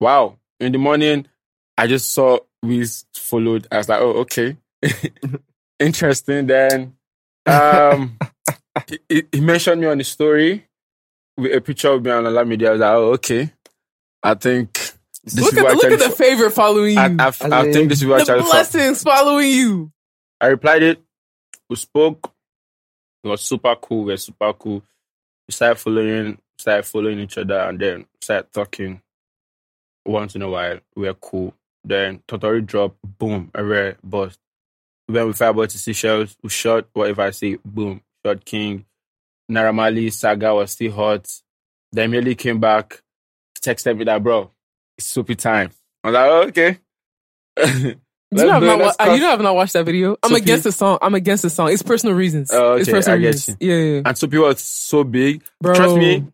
Wow. In the morning, I just saw Wiz followed. I was like, oh, okay. Interesting. Then um, he- he, he mentioned me on the story with a picture of me on Olamide. I was like, oh, okay. I think this
look
is
at
what
the, look
I,
at the
tried to-
favor following you.
I, I, I, think this is what I
the
tried to solve.
blessings following you.
I replied it. We spoke. It was super cool. We were super cool. We started following, started following each other, and then started talking. Once in a while, we were cool. Then Totori dropped. Boom, a rare bust. We went with Fireboy to Seychelles. We shot whatever I say. Boom, shot King. Naramali Saga was still hot. Then immediately came back, texted me that bro, it's soupy time. I was like, "Oh, okay.
You know,
Let's
I've
do it,
not, wa-
let's
uh, you
cut.
know I have not watched that video. I'm
Sophie?
against the song. I'm against the song. It's personal reasons.
Oh,
it's
okay,
personal
I get
reasons. Yeah, yeah, yeah.
and Soapy was so big.
bro.
Trust me,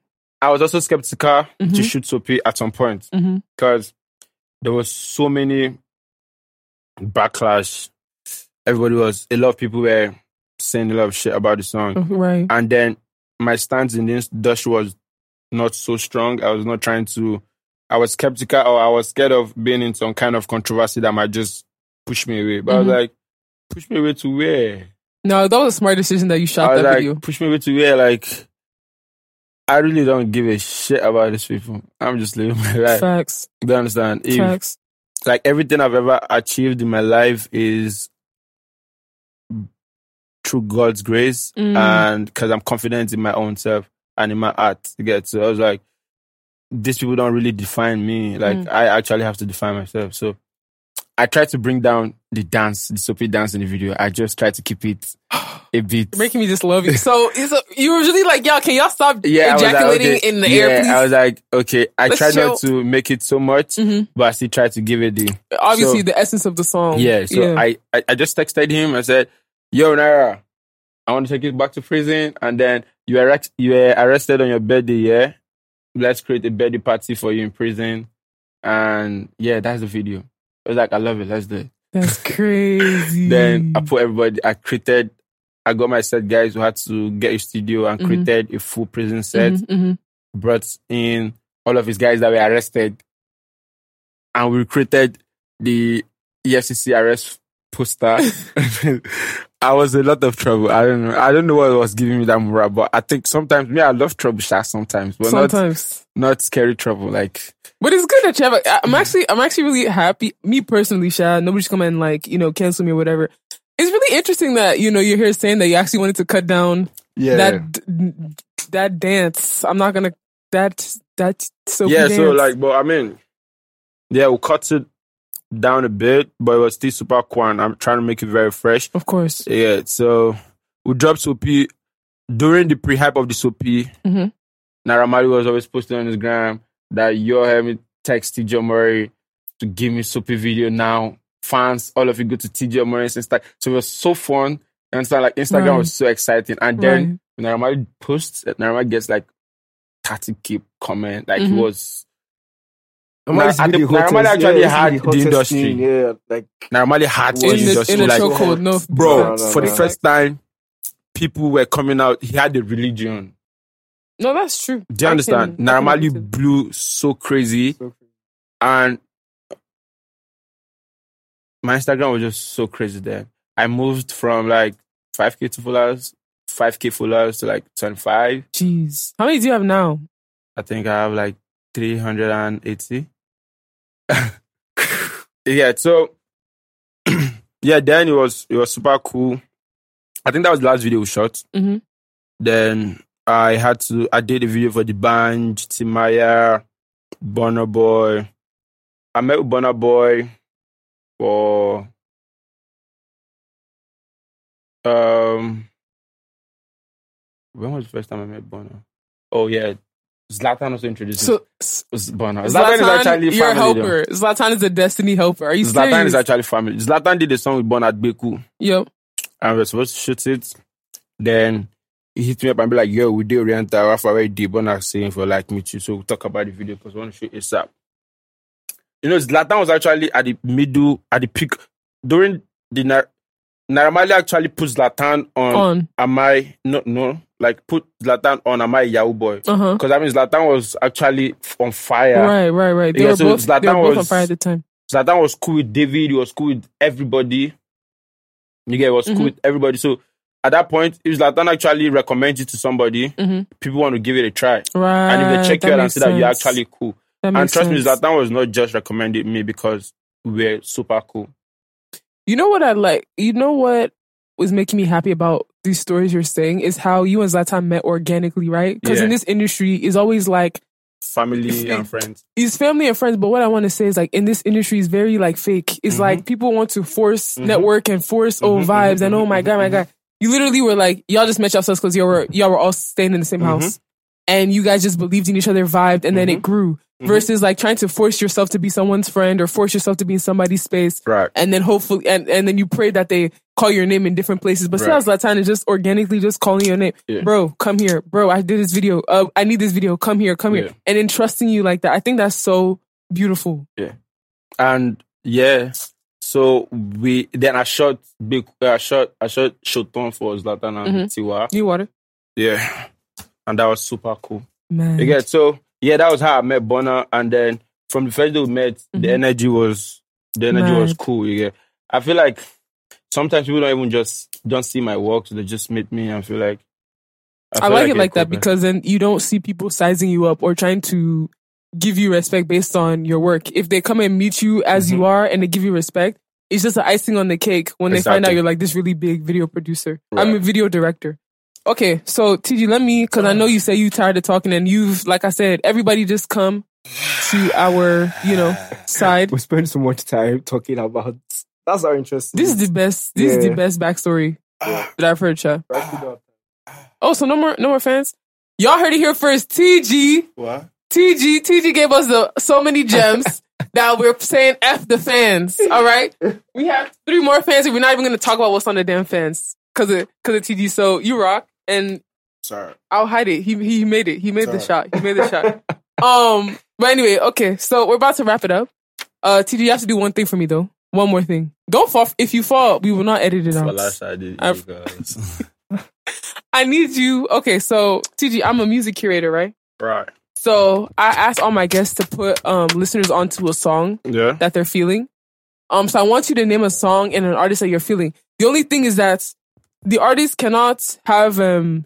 I was also skeptical to
Mhm.
shoot Soapy at some point
Mhm.
because there was so many backlash. Everybody was a lot of people were saying a lot of shit about the song,
Oh, Right.
and then my stance in this Dutch was not so strong. I was not trying to. I was skeptical, or I was scared of being in some kind of controversy that might just push me away. But I was
Mhm.
like, push me away to where?
No, that was a smart decision that you shot
I was
that
like,
video.
push me away to where? Like, I really don't give a shit about these people. I'm just living my life.
Facts.
Do you understand? If-
Facts.
like everything I've ever achieved in my life is through God's grace,
Mm.
and because I'm confident in my own self and in my art. You get so I was like, these people don't really define me. Like
Mm.
I actually have to define myself. So I try to bring down the dance, the soapy dance in the video. I just try to keep it a bit.
You're making me just love you. So it's a, you were really like, y'all, can y'all stop
yeah, I was like,
ejaculating
okay,
in the
yeah,
air, please?
I was like, okay, I
Let's
try not
chill.
to make it so much,
Mhm.
but I still try to give it the
Obviously,
So-
the essence of the song.
Yeah, so I, I I just texted him. I said, "Yo, Naira, I want to take you back to prison, and then you are arrest- you were arrested on your birthday. Yeah, let's create a birthday party for you in prison, and yeah, that's the video." I was like, "I love it. Let's do it."
That's crazy.
Then
Mm.
I put everybody. I created. I got my set guys who had to get a studio and
Mhm.
created a full prison set.
Mhm, mhm.
Brought in all of his guys that were arrested, and we created the E EFCC arrest poster. I was a lot of trouble. I don't know. I don't know what was giving me that morale, but I think sometimes me I love trouble sha sometimes, but not
Sometimes.
not scary trouble. Like
But it's good that you have. A, I- I'm actually, I'm actually really happy. Me personally, Sha, nobody's come and like you know cancel me or whatever. It's really interesting that you know you're here saying that you actually wanted to cut down
yeah,
that d- that dance. I'm not gonna that that so
yeah. So like, but I mean, yeah, we cut it down a bit, but it was still super cool. And I'm trying to make it very fresh.
of course
Yeah, so we dropped Soapy during the pre-hype of the Soapy.
Mhm.
Naramali was always posting on his gram that you heard me text TJ Murray to give me Soapy video now. Fans, all of you go to TJ Murray's Insta. So it was so fun. And it's like Instagram
Right.
was so exciting. And then
right.
when Naramali posts, Naramali gets like 30k comment. Like
Mhm.
it was
Normally,
Nah,
it's
I
be
think-
the
nah, normally
hottest-
actually
yeah, it's be
had
the
the
hottest
industry.
thing, Yeah, like
Naramali had
Well,
in
it's
the
just
just
in the
like
so
chokehold. No,
hot.
bro
No, no,
for the
no.
first time people were coming out he had a religion
no, that's true.
do you
I
understand
can- I can
Naramali
relate to that.
blew so crazy
so-
and my instagram was just so crazy then i moved from like 5k to followers 5k followers to like 25
Jeez, how many do you have now?
i think i have like 380 yeah so yeah then it was it was super cool i think that was the last video we shot
Mhm.
Then I had to I did a video for the band, Timaya, Bonner Boy. I met with Bonner Boy for um when was the first time I met Bonner? Oh yeah. Zlatan also introduced me.
So S-
It's Bonner. Zlatan, is
Zlatan,
actually
your
family. though.
helper. Zlatan is a destiny helper. Are you
Zlatan
serious?
is actually family. Zlatan did a song with Bonner at Beku.
Yep.
and we were supposed to shoot it. Then he hit me up and be like, yo, we did Oriental, Rafa already did Bonak saying for like me too. So we'll talk about the video because we want to shoot ASAP. You know, Zlatan was actually at the middle, at the peak. During the Nar- Naramali actually put Zlatan on,
on.
Amai, no, no, like put Zlatan on Amai Yahoo Boy.
Uh huh.
Because I mean, Zlatan was actually on fire.
Right, right, right. They
Yeah,
were
so
both, they were
Zlatan
both on
was-
fire at the time.
Zlatan was cool with David. He was cool with everybody. You get it, was
Mhm.
cool with everybody. So at that point, if Zlatan actually recommends you to somebody,
Mhm.
people want to give it a try.
Right.
and if they check you out and
Uh, makes
see that you're
sense.
actually cool.
That
And
makes
trust me,
sense.
Zlatan was not just recommending me because we're super cool.
You know what I like? You know what was making me happy about these stories you're saying is how you and Zlatan met organically, right? Because in
Yeah.
this industry, it's always like
Family and friends.
it's family and friends. But what I want to say is like in this industry, it's very like fake. It's
Mhm.
like people want to force
Mhm.
network and force old
Mhm,
vibes.
mhm,
And oh my
mhm,
god, my
mhm.
god, you literally were like y'all just met yourselves because you were y'all were all staying in the same
Mhm.
house, and you guys just believed in each other, vibed, and then it grew.
Mhm.
Versus like trying to force yourself to be someone's friend or force yourself to be in somebody's space
Right.
and then hopefully and, and then you pray that they call your name in different places. But
Right.
sometimes Latin is just organically just calling your name.
Yeah.
Bro, come here. Bro, I did this video. Uh, I need this video. Come here, come
Yeah.
here. And then trusting you like that. I think that's so beautiful.
And yeah, so we then I shot big I shot I shot Shoton for Zlatan and
Mm-hmm.
Tiwa.
You water?
Yeah. And that was super cool.
Man.
You get so yeah, that was how I met Bonner, and then from the first day we met, the
Mhm.
energy was the energy was
Mad.
cool. You get, I feel like sometimes people don't even just don't see my work, so they just meet me and feel like
I,
feel
like, it
a
like
cool
that
guy.
because then you don't see people sizing you up or trying to give you respect based on your work. If they come and meet you as you are and they give you respect, it's just the icing on the cake when they find out
Exactly.
you're like this really big video producer. I'm a
Right.
video director. Okay, so TG, let me because I know you say you tired of talking and you've like I said, everybody just come to our you know side.
We spend so much time talking about that's our interest.
This is the best. This is the
Yeah.
best backstory that I've heard, Cha.
the
Oh, so no more, no more fans. Y'all heard it here first. TG
What?
TG TG gave us the, so many gems that we're saying f the fans. All right, we have three more fans, and we're not even going to talk about what's on the damn fans because of because of TG. So you rock, and
Sorry.
I'll hide it. He he made it. He made the
Sorry.
shot. He made the shot. Um, but anyway, okay. So we're about to wrap it up. Uh, TG, you have to do one thing for me though. One more thing. Don't fall. If you fall, we will not edit it
That's
out.
what last I did.
I've-
because-
I need you. Okay, so TG, I'm a music curator, right?
right.
So I asked all my guests to put um listeners onto a song
Yeah.
that they're feeling. Um, so I want you to name a song and an artist that you're feeling. The only thing is that the artist cannot have um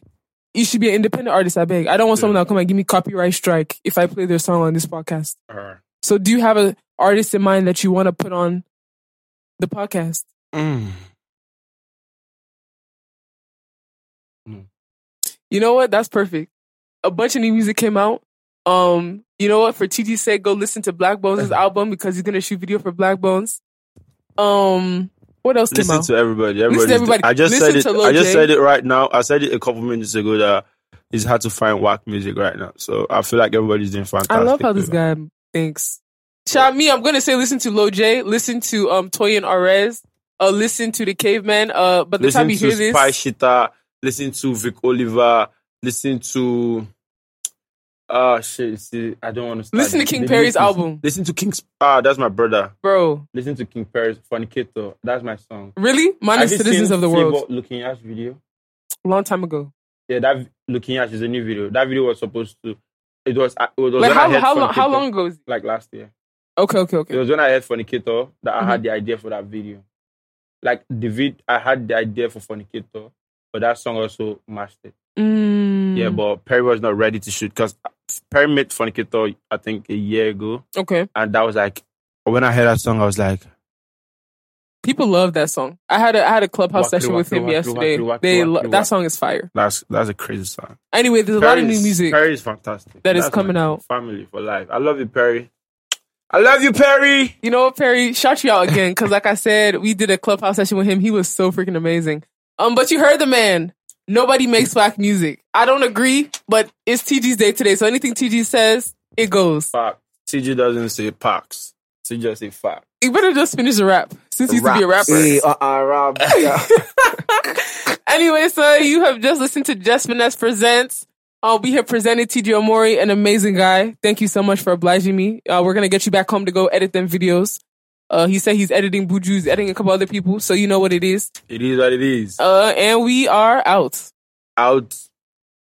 you should be an independent artist, I beg. I don't want someone that'll come and give me copyright strike if I play their song on this podcast.
All right.
So do you have an artist in mind that you want to put on the podcast?
Mm.
You know what? That's perfect. A bunch of new music came out. Um, you know what? For TT said, go listen to Black Bones' album because he's gonna shoot video for Black Bones. Um, what else came
Listen
out?
to everybody. Everybody.
Listen to everybody.
I just
Listen
said it.
to Lil
I just
J.
said it right now. I said it a couple minutes ago that it's hard to find whack music right now. So I feel like everybody's doing fantastic.
I love how this
with it.
guy thinks. Shout me, I'm gonna say listen to Lil J, listen to um Toy and Arez, uh listen to the caveman. Uh by the
listen
time you
to
hear this
Spy Shita, listen to Vic Oliver, listen to ah shit. See, I don't want to.
Listen to King Perry's album.
Listen to King's ah, that's my brother.
bro.
Listen to King Perry's Fornicator. That's my song.
Really? Mine
Have
is
you
Citizens
seen
of the World.
Flavor Looking Ash video.
Long time ago.
Yeah, that v- Looking Ash is a new video. That video was supposed to. It was. It was
Like
when I
how
heard
how long how
Fornicator,
long ago is it?
Like last year.
Okay, okay, okay. Mm-hmm.
It was when I heard Fornicator that I had the idea for that video. Like the vid, I had the idea for Fornicator, but that song also matched it.
Mm,
Yeah, but Perry was not ready to shoot because Perry made Fornicator, I think, a year ago.
okay.
And that was like, when I heard that song, I was like,
People love that song. I had a I had a clubhouse
Wack,
session
wack,
with him
wack,
yesterday.
wack, wack,
They
wack,
lo-
wack.
that song is fire.
that's that's a crazy song.
Anyway, there's a lot of new music.
Perry is fantastic.
that is
That's
coming
my
out.
Family for life. I love you, Perry. I love you, Perry.
You know what, Perry? Shout you out again because, like I said, we did a clubhouse session with him. He was so freaking amazing. Um, but you heard the man. Nobody makes black music. I don't agree, but it's TG's day today, so anything TG says, it goes.
Fuck. TG doesn't say Pax. to just a fact.
You better just finish the rap since you used to be a
Raps.
rapper.
Hey, uh, uh, rap. Yeah.
anyway, so you have just listened to Just Finesse Presents. Uh, we have presented TJ Omori, an amazing guy. Thank you so much for obliging me. Uh, we're going to get you back home to go edit them videos. Uh, he said he's editing Buju's, editing a couple other people, so you know what it is.
It is what it is.
Uh, and we are out.
Out.